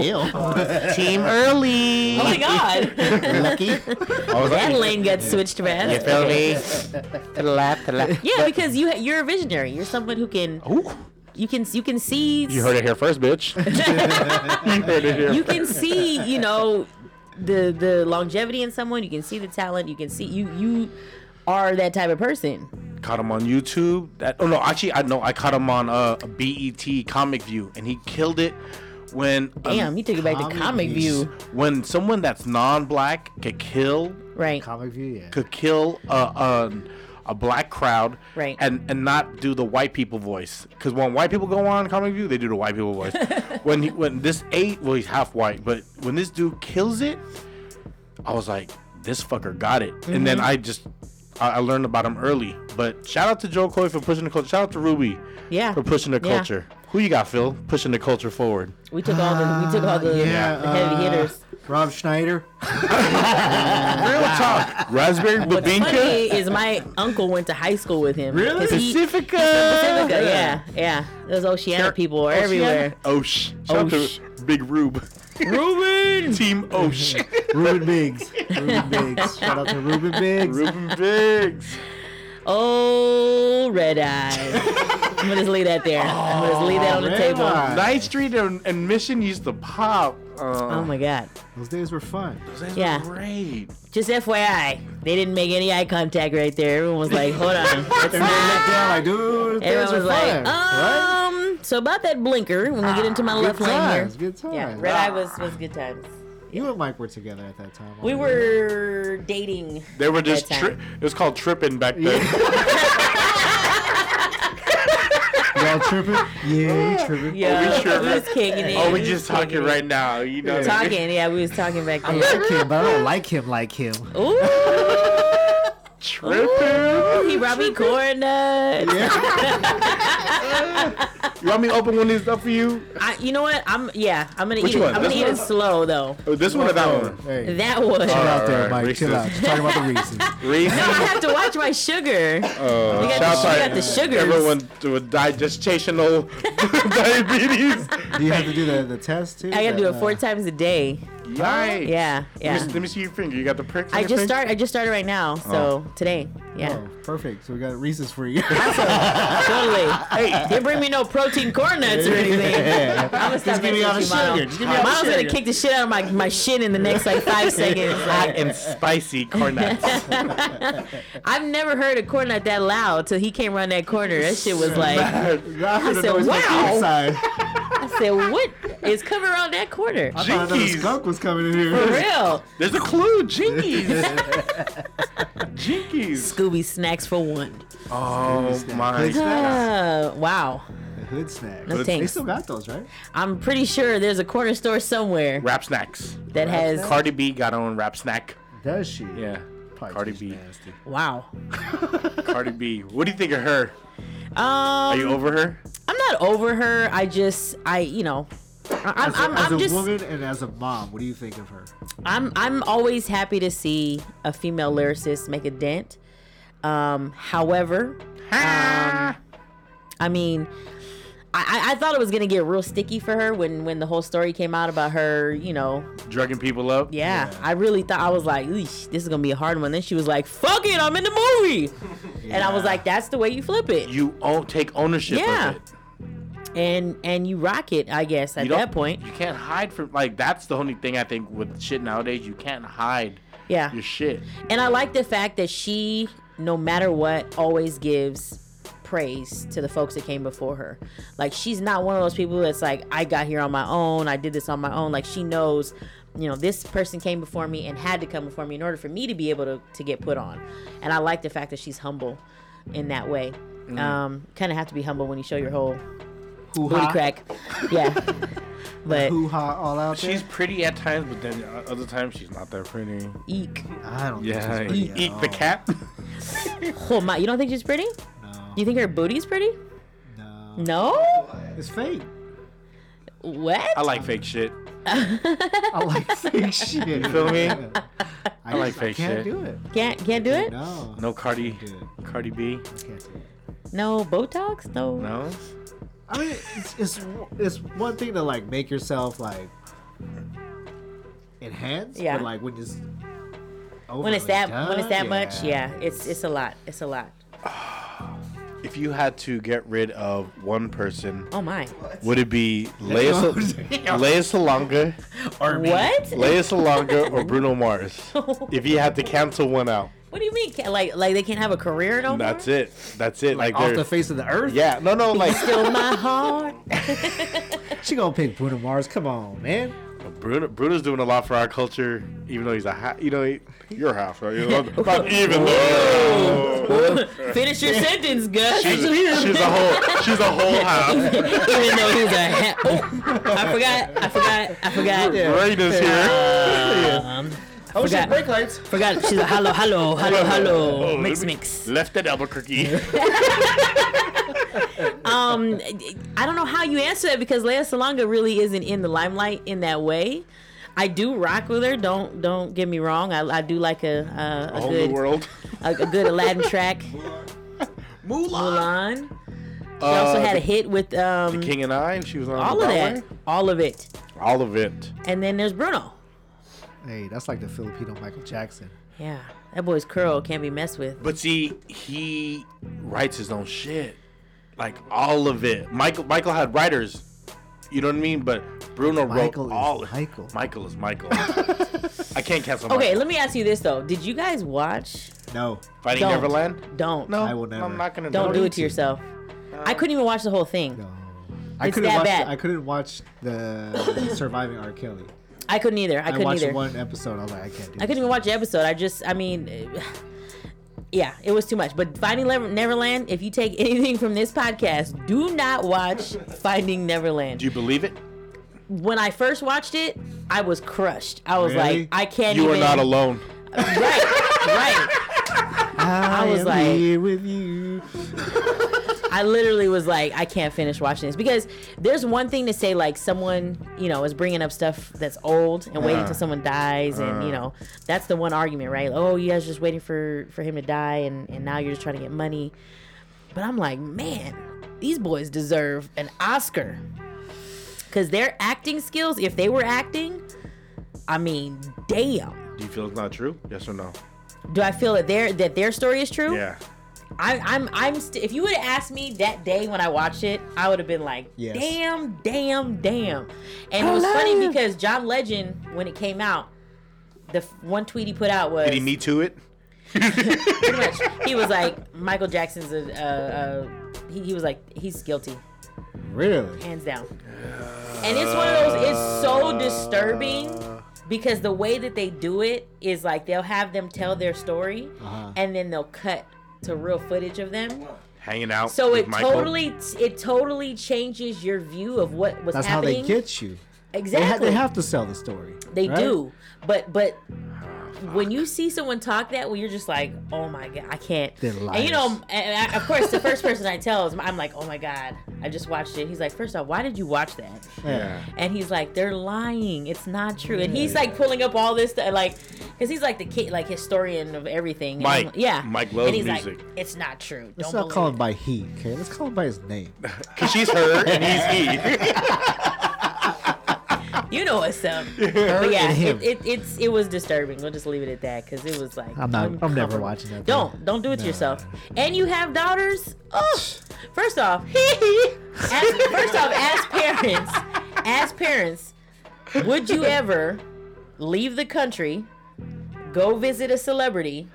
you. Team early.
Oh my God.
Lucky.
I was
that
like,
lane got switched
you
fast.
feel me? to the left, to the left.
Yeah, because you ha- you're a visionary. You're someone who can
Ooh,
you can you can see
you heard it here first, bitch. you heard it here.
you can see, you know, the the longevity in someone. You can see the talent. You can see you you are that type of person.
caught him on YouTube. That oh no, actually I know I caught him on uh, a BET Comic View, and he killed it when um,
Damn, he took it back to Comic
Comic
View,
when someone that's non-black could kill
right?
Comic view, yeah.
could kill a a, a black crowd,
Right.
And and not do the white people voice because when white people go on Comic View, they do the white people voice. when he, when this eight, well he's half white, but when this dude kills it, I was like, this fucker got it. And
Mm-hmm.
then I just I, I learned about him early. But shout out to Joe Coy for pushing the culture. Shout out to Ruby
Yeah.
for pushing the
Yeah.
culture. Who you got, Phil? Pushing the culture forward.
We took all the we took all the,
yeah,
the heavy
uh,
hitters.
Rob Schneider.
Uh,
Real talk. Raspberry Babinka.
Funny is my uncle went to high school with him. 'Cause he-
Pacifica.
Pacifica, yeah, yeah. Those Oceana people are everywhere.
Osh. Shout out
Osh.
to Big Rube. Ruben. Team Osh.
Ruben Biggs. Ruben Biggs. Shout out to Ruben Biggs.
Ruben Biggs.
Oh, red eye. I'm gonna just leave that there. I'm gonna just leave that on the
Oh, Red
table.
Eye.
Ninth Street and, and Mission used to pop. Uh,
Oh my god.
Those days were fun.
those were
yeah.
Great.
Just FYI, they didn't make any eye contact right there. Everyone was like, "Hold on." It's
Everybody
not.
looked down like, dude, those days
Everyone
were
was like,
fun. Ah,
"Um." So about that blinker, when we get into my
Good
left lane
times.
here,
Good times. Ah.
yeah, red eye was was good times.
You and Mike were together at that time.
We were dating.
They were just
That
tri-
time.
it was called tripping back then.
Y'all tripping? Yeah, you tripping.
Yeah,
sure?
we was kicking it.
oh, we
was
just talking
kicking
right now. You know.
it. Talking, yeah, we was talking back
I
then.
like him, but I don't like him like him.
Ooh,
Tripping.
he brought me corn nuts.
You want me to open one of these up for you?
I, you know what? I'm yeah. I'm gonna
Which
eat it.
one?
I'm gonna
This
eat
one?
it slow though.
Oh, this one or that one?
Hey, chill
That was.
right.
out there,
Alright,
Mike. Chill out.
Reese's.
You're talking about the reasons.
Reese.
I have to watch my sugar.
Uh,
got
shout
the- you
out
got the sugars.
Everyone with digestational diabetes.
Do you have to do the, the test too?
I gotta do it
Uh,
four times a day.
Yikes.
Yeah,
Let me,
yeah.
s- let me see your finger. You got the pricks. on
I
your
just
finger?
start. I just started right now. So today, yeah,
Oh, perfect. So we got Reese's for you.
totally. Hey, didn't bring me no protein corn nuts or anything. I'm gonna stop
give me all the
messing with
sugar.
you, Mom.
Just give me all the
Mom's gonna
sugar.
kick the shit out of my, my shin in the next like five seconds.
hot
Like,
and spicy corn nuts.
I've never heard a corn nut that loud till he came around that corner. That shit was like,
I heard
said,
the noise from the
"Wow."
inside.
I said, what? is cover on that corner.
I
thought
thought
another
that
skunk
skunk was coming in
For
here.
real.
There's a clue, Jinkies. Jinkies.
Scooby snacks for one.
Oh my
Hood snacks.
Uh, wow.
The hood snacks.
No
They
thanks.
still got those, right?
I'm pretty sure there's a corner store somewhere
Rap snacks.
that has
Cardi B got on rap snack.
Does she?
Yeah.
Probably
Cardi
tastes
B.
nasty.
wow.
Cardi B. What do you think of her? Are
Um,
you over her?
I'm not over her. I just I you know. I- I'm,
As a,
I'm,
as
I'm
a
just
woman and as a mom, what do you think of her?
I'm I'm always happy to see a female lyricist make a dent. Um, however, um, I mean, I, I- I thought it was gonna get real sticky for her when when the whole story came out about her. You know,
Drugging people up?
yeah, I really thought I was like, Eesh, this is gonna be a hard one. Then she was like, "Fuck it, I'm in the movie," and I was like, "That's the way you flip it,
You own, take ownership
Yeah.
of it.
and and you rock it, I guess." At
You don't-
that point,
You can't hide from like that's the only thing I think with shit nowadays. You can't hide
yeah,
your shit.
And I like the fact that she, no matter what, always gives praise to the folks that came before her. Like she's not one of those people that's like, I got here on my own, I did this on my own. Like she knows, you know, this person came before me and had to come before me in order for me to be able to, to get put on. And I like the fact that she's humble in that way. Um, kind of have to be humble when you show your whole
Hoo
booty
ha,
crack. Yeah. but
hoo ha, all out
She's
there.
pretty at times, but then uh, other times she's not that pretty.
eek.
I don't
Yeah,
think she's
eat,
pretty
eat
at
the
all.
cat.
Oh my, you don't think she's pretty? You think her booty's pretty?
No, no,
No?
it's fake.
What?
I like fake shit.
I like fake shit. You
feel me?
I,
like
just-
fake
I can't
shit.
do it.
Can't can't do it?
No,
No Cardi,
Good.
Cardi B.
I can't do it.
No Botox? No.
No.
I mean, it's, it's it's one thing to like make yourself like enhance,
Yeah.
but like when it's
When it's
overly
that when it's that
done,
much, yeah, it's it's a lot. It's a lot.
If you had to get rid of one person,
Oh my.
would it be Lea, Sa- Lea Salonga,
What?
Lea Salonga, or Bruno Mars? If you had to cancel one out,
What do you mean? Ca- Like like they can't have a career no more?
that's it. That's it. Like,
off
they're-
the face of the earth.
yeah, no, no, like
Still my heart.
She gonna pick Bruno Mars. Come on, man.
Bruno, Bruno's doing a lot for our culture, even though he's a half, you know, he, you're half, right? You know, but even though
Finish your sentence, Gus.
she's,
Even
she's a whole, she's a whole half.
though he's a ha- oh, I forgot. I forgot. I forgot.
Rain is here.
Um,
Oh
shit, Forgot. brake
lights.
forgot. She's a hello, hello, hello, Oh, hello. Mix, mix.
Oh, Left at Albuquerque.
um, I don't know how you answer that because Leia Salonga really isn't in the limelight in that way. I do rock with her. Don't don't get me wrong. I, I do like a a, a
Whole
good
new world.
A, a good Aladdin track. Mulan.
Uh,
She also had a hit with um
King and I. She was on
all
the
of
Broadway.
that, all of it.
All of it.
And then there's Bruno.
Hey, that's like the Filipino Michael Jackson.
Yeah, that boy's curl can't be messed with.
But see, he writes his own shit. Like all of it. Michael Michael had writers. You know what I mean? But Bruno
Michael
wrote
is
all of
Michael.
Michael is Michael. I can't cancel
Okay,
Michael.
let me ask you this though: Did you guys watch?
No,
Fighting
don't.
Neverland?
Don't
No.
I will never.
I'm not gonna
don't do it to
you.
yourself. I couldn't even watch the whole thing.
no. I
It's
couldn't
that
watch.
bad.
I couldn't watch the Surviving R. Kelly.
I couldn't either. I
I,
couldn't
watched
either.
one episode. I was like, I can't do.
I couldn't even watch the episode. I just, I mean, yeah, it was too much. But Finding Lever- Neverland, if you take anything from this podcast, do not watch Finding Neverland.
Do you believe it?
When I first watched it, I was crushed. I was
Really?
like, I can't
You
even.
are not alone.
Right, right.
I,
was
am
like-
here with you.
I literally was like, I can't finish watching this because there's one thing to say like someone, you know, is bringing up stuff that's old and waiting till someone dies, and you know, that's the one argument, right? oh, you guys just waiting for for him to die, and and now you're just trying to get money. But I'm like, man, these boys deserve an Oscar because their acting skills, if they were acting, I mean, damn.
Do you feel it's not true? Yes or no?
Do I feel that their that their story is true?
Yeah.
I, I'm I'm st- if you would have asked me that day when I watched it, I would have been like,
Yes.
damn, damn, damn. And it was funny because John Legend, when it came out, the f- one tweet he put out was
Did he me to it?
pretty much he was like Michael Jackson's a, a, a he, he was like he's guilty.
Really?
hands down. And it's one of those. It's so disturbing because the way that they do it is like they'll have them tell their story,
Uh-huh.
and then they'll cut to real footage of them.
Hanging out.
So
with
it
Michael.
totally, it totally changes your view of what was
That's how
happening.
they get you. They, ha-
exactly.
they have to sell the story.
They
right?
do, but but when you see someone talk that, way, you're just like, oh my god, I can't.
They're
And you know,
liars.
and I, of course, the first person I tell is, I'm like, oh my god, I just watched it. He's like, first off, why did you watch that?
Yeah.
And he's like, they're lying. It's not true. And he's like pulling up all this stuff, like, because he's like the kid, like historian of everything. And I'm
Mike.
like- yeah.
Mike loves
and he's
music.
Like, it's not true.
Let's
Don't
not call him
believe
by he, okay? Let's call him by his name.
Cause she's her and he's he.
it. You know what's up. but yeah,
and him.
it, it, it's it was disturbing. We'll just leave it at that because it was like
I'm not- I'm never
uncomfortable.
watching that thing.
Don't don't do it to yourself. And you have daughters. Oh, first off, as, first off, as parents, as parents, would you ever leave the country, go visit a celebrity,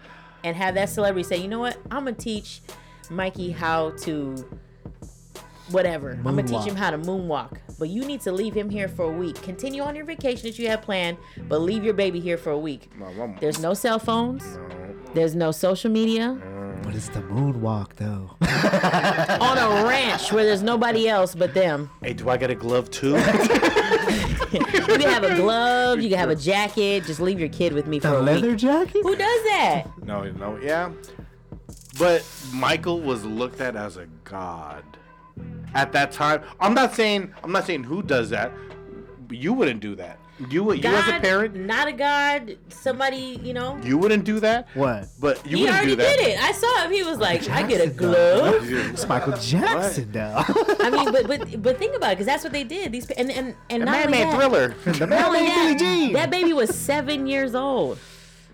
and have that celebrity say, you know what, I'm gonna teach Mikey how to whatever. I'm gonna
Moonwalk.
teach him how to moonwalk. But you need to leave him here for a week. Continue on your vacation that you have planned, but leave your baby here for a week. There's no cell phones. There's no social media
But it's the moonwalk, though.
on a ranch where there's nobody else but them.
hey, do I get a glove too?
You can have a glove, you can have a jacket. Just leave your kid with me for
The
a
leather
week.
jacket?
Who does that?
no, no,
Mm-hmm.
yeah. But Michael was looked at as a god at that time. I'm not saying I'm not saying who does that. You wouldn't do that. You would. You as a
God,
parent,
not a god, somebody, you know.
you wouldn't do that.
What?
But you
he
wouldn't
already
do that.
did it. I saw him. He was like, I get a
Jackson,
glove.
did it.
It's Michael Jackson, now.
I mean, but but but think about it, because that's what they did. These and and and not
Man
only
made
that,
thriller.
the
not
man
only
named Billie
that,
Jean.
that baby was seven years old,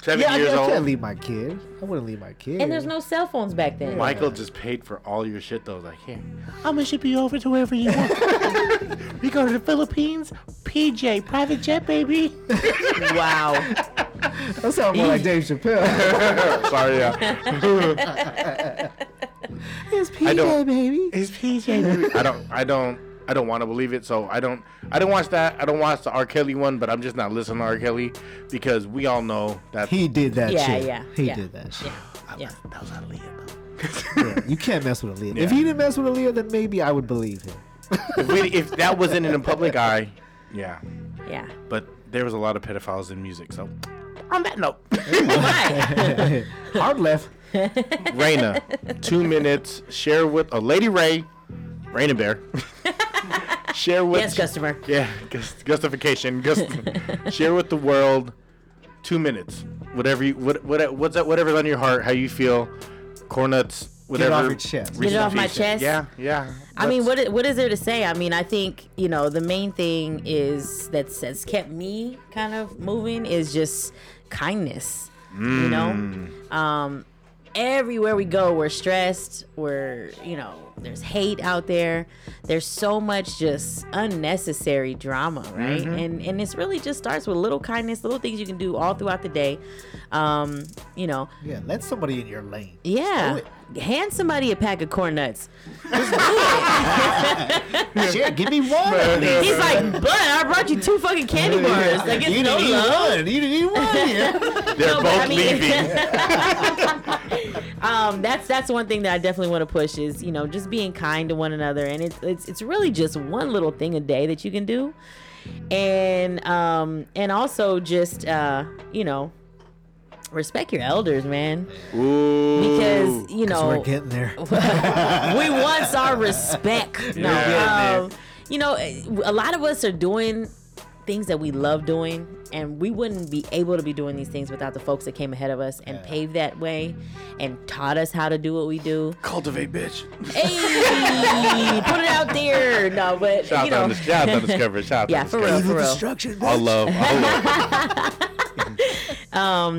Seven
yeah, I,
years
I
old.
can't leave my kid. I wouldn't leave my kid.
and there's no cell phones back then.
Michael just paid for all your shit though. Like, here, I'm gonna ship you over to wherever you want. we go to the Philippines, PJ, private jet, baby.
Wow.
That sounds more like Dave Chappelle.
Sorry, yeah.
it's
I
PJ,
don't-
baby.
It's PJ, baby. I don't, I don't, I don't want to believe it. So I don't, I don't watch that. I don't watch the R. Kelly one, but I'm just not listening to R. Kelly because we all know that
He did that
Yeah,
shit.
yeah,
He
yeah.
did that shit.
Yeah.
that was Aaliyah. Though.
Yeah, you can't mess with Aaliyah. If he didn't mess with Aaliyah, then maybe I would believe him.
If, we, if that wasn't in the public eye, yeah.
Yeah.
But there was a lot of pedophiles in music. So on that note.
Why?
Hard left.
Raina, two minutes. Share with a Lady Ray, Raina Bear. share with
yes, customer.
yeah, gus- gustification. Gust- share with the world. Two minutes. Whatever you what, what what's that, whatever's on your heart, how you feel, corn nuts, whatever.
off your chest.
Reach
Get it
the
off my
piece.
chest.
Yeah, yeah.
I mean, what i- what is there to say? I mean, I think you know the main thing is that's that's kept me kind of moving is just kindness. You know, um, everywhere we go, we're stressed. We're you know there's hate out there. There's so much just unnecessary drama, right? And and it's really just starts with little kindness, little things you can do all throughout the day. Um, you know,
Yeah, let somebody in your lane.
yeah. Hand somebody a pack of corn nuts.
Shit, give me one. at least.
He's like, but I brought you two fucking candy bars. Like it's
you
no
didn't eat
love.
one. You didn't eat one. Yeah.
They're
No,
both
but I mean-
leaving.
Um, that's that's one thing that I definitely want to push is you know just being kind to one another, and it's it's it's really just one little thing a day that you can do, and um and also just uh you know respect your elders, man,
Ooh.
because you know
We're getting there.
we want our respect. No,
Yeah.
um, you know, a lot of us are doing things that we love doing, and we wouldn't be able to be doing these things without the folks that came ahead of us and paved that way and taught us how to do what we do.
Cultivate, bitch.
Hey, put it out there. No, but
Shout
you
out
know,
to shout out to Discovery. Shout out to
yeah, for
Discovery.
real, for
Evil
real.
destruction.
I love, I love.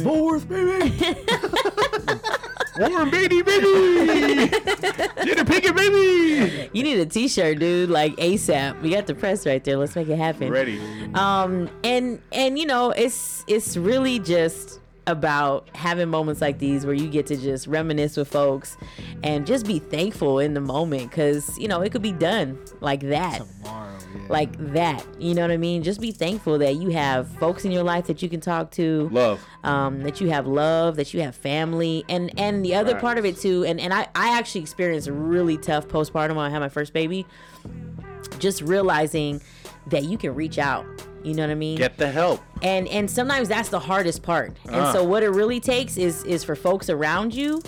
Fourth, baby.
Warren Beatty, baby. Jenna Pinkett, baby.
You need a T-shirt, dude. Like ASAP. We got the press right there. Let's make it happen.
Ready.
um and and you know it's it's really just about having moments like these where you get to just reminisce with folks and just be thankful in the moment because, you know, it could be done like that.
Tomorrow, yeah.
Like that. You know what I mean? Just be thankful that you have folks in your life that you can talk to
Love.
um, that you have love, that you have family, and and the other part of it too. And and I I actually experienced really tough postpartum when I had my first baby. Just realizing that you can reach out. You know what I mean?
Get the help.
and and sometimes that's the hardest part and
Ah.
so what it really takes is is for folks around you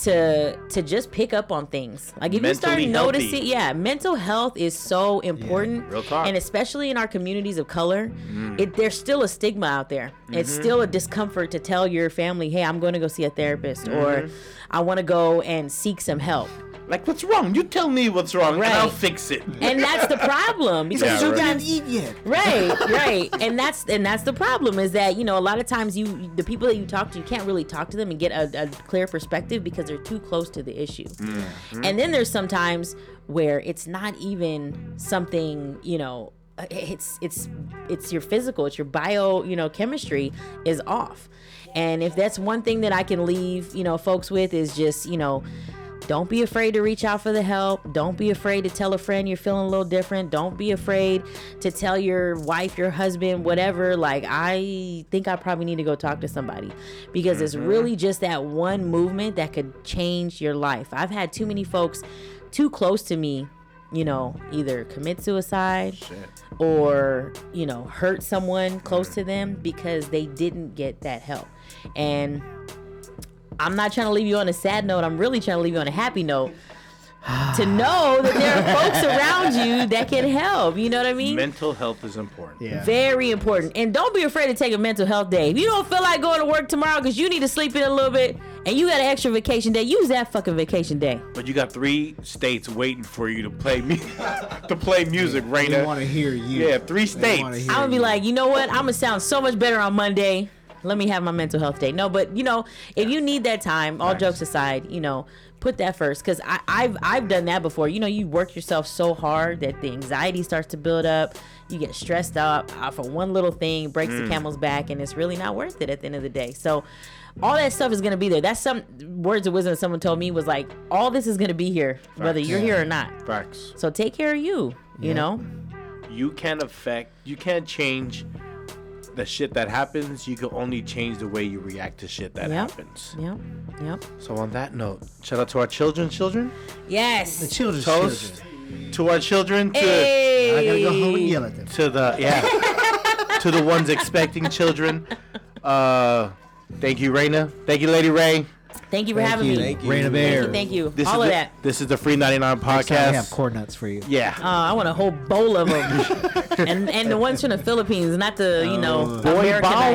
to to just pick up on things like if
Mentally
you start
healthy.
noticing yeah mental health is so important
real talk. Mm.
and especially in our communities of color it there's still a stigma out there it's
Mm-hmm.
still a discomfort to tell your family hey i'm going to go see a therapist
Mm-hmm.
or i want to go and seek some help
Like, what's wrong? You tell me what's wrong,
Right.
and I'll fix it.
and that's the problem because
Yeah, right.
sometimes right right and that's and that's the problem is that you know a lot of times you the people that you talk to you can't really talk to them and get a, a clear perspective because they're too close to the issue and then there's sometimes where it's not even something you know it's it's it's your physical it's your bio you know chemistry is off and if that's one thing that i can leave you know folks with is just you know don't be afraid to reach out for the help. Don't be afraid to tell a friend you're feeling a little different. Don't be afraid to tell your wife, your husband, whatever. Like, I think I probably need to go talk to somebody because it's really just that one movement that could change your life. I've had too many folks too close to me, you know, either commit suicide or, you know, hurt someone close to them because they didn't get that help. And I'm not trying to leave you on a sad note. I'm really trying to leave you on a happy note. to know that there are folks around you that can help. You know what I mean?
Mental health is important.
yeah.
Very important. And don't be afraid to take a mental health day. If you don't feel like going to work tomorrow because you need to sleep in a little bit and you got an extra vacation day, use that fucking vacation day.
But you got three states waiting for you to play me to play music, right
they
now.
want to hear you.
Yeah, three
They wanna
states.
hear
I'm gonna be
you.
like, you know what? I'm gonna sound so much better on Monday. Let me have my mental health day. No, but you know, if you need that time, all jokes aside, you know, put that first because I've I've done that before. You know, you work yourself so hard that the anxiety starts to build up. You get stressed out uh, for one little thing, breaks the camel's back, and it's really not worth it at the end of the day. So. All that stuff is gonna be there. That's some words of wisdom someone told me was like, all this is gonna be here, whether you're here or not.
Facts.
So take care of you, you know?
You can't affect. You can't change the shit that happens. You can only change the way you react to shit that
Yep.
happens.
Yep, yep.
So on that note, shout out to our children, children.
Yes.
the children's
Toast
children.
to our children. To,
Hey.
I gotta go home and yell at them.
to the yeah to the ones expecting children uh thank you Raina thank you Lady Ray
Thank you for having me. Thank
you.
Rain of air.
you. Thank you.
this
All
is
of
the,
that.
this is the free 99
So I have
podcast
corn nuts for you.
Uh,
yeah
I want a whole bowl of them, and and the ones from the Philippines, not the you
Oh.
know
boy Bow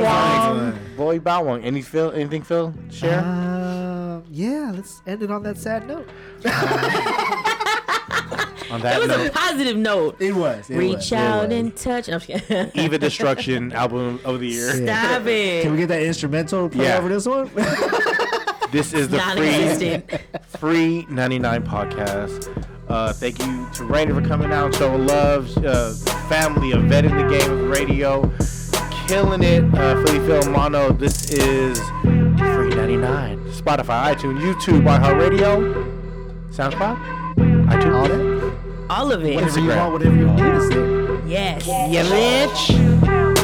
Americanized ones.
Wong boy Bow Wong any Phil anything Phil share
Um, yeah, let's end it on that sad note.
on
It
that
was a
note
positive note.
It was. It
Reach
was, it
out
was.
and touch. No, I'm just kidding.
Eva Destruction album of the year
Stop
Can we
it.
get that instrumental play
Yeah.
over this one?
this is the free
Non-existent.
free 99 podcast uh, thank you to Raina for coming out showing love uh, family a vet in the game of radio killing it uh, Philly Phil Mono this is free 99 Spotify iTunes YouTube iHeartRadio SoundCloud iTunes
All that.
All of it.
Whatever you want, whatever you need is there.
Yes.
yeah bitch
Down.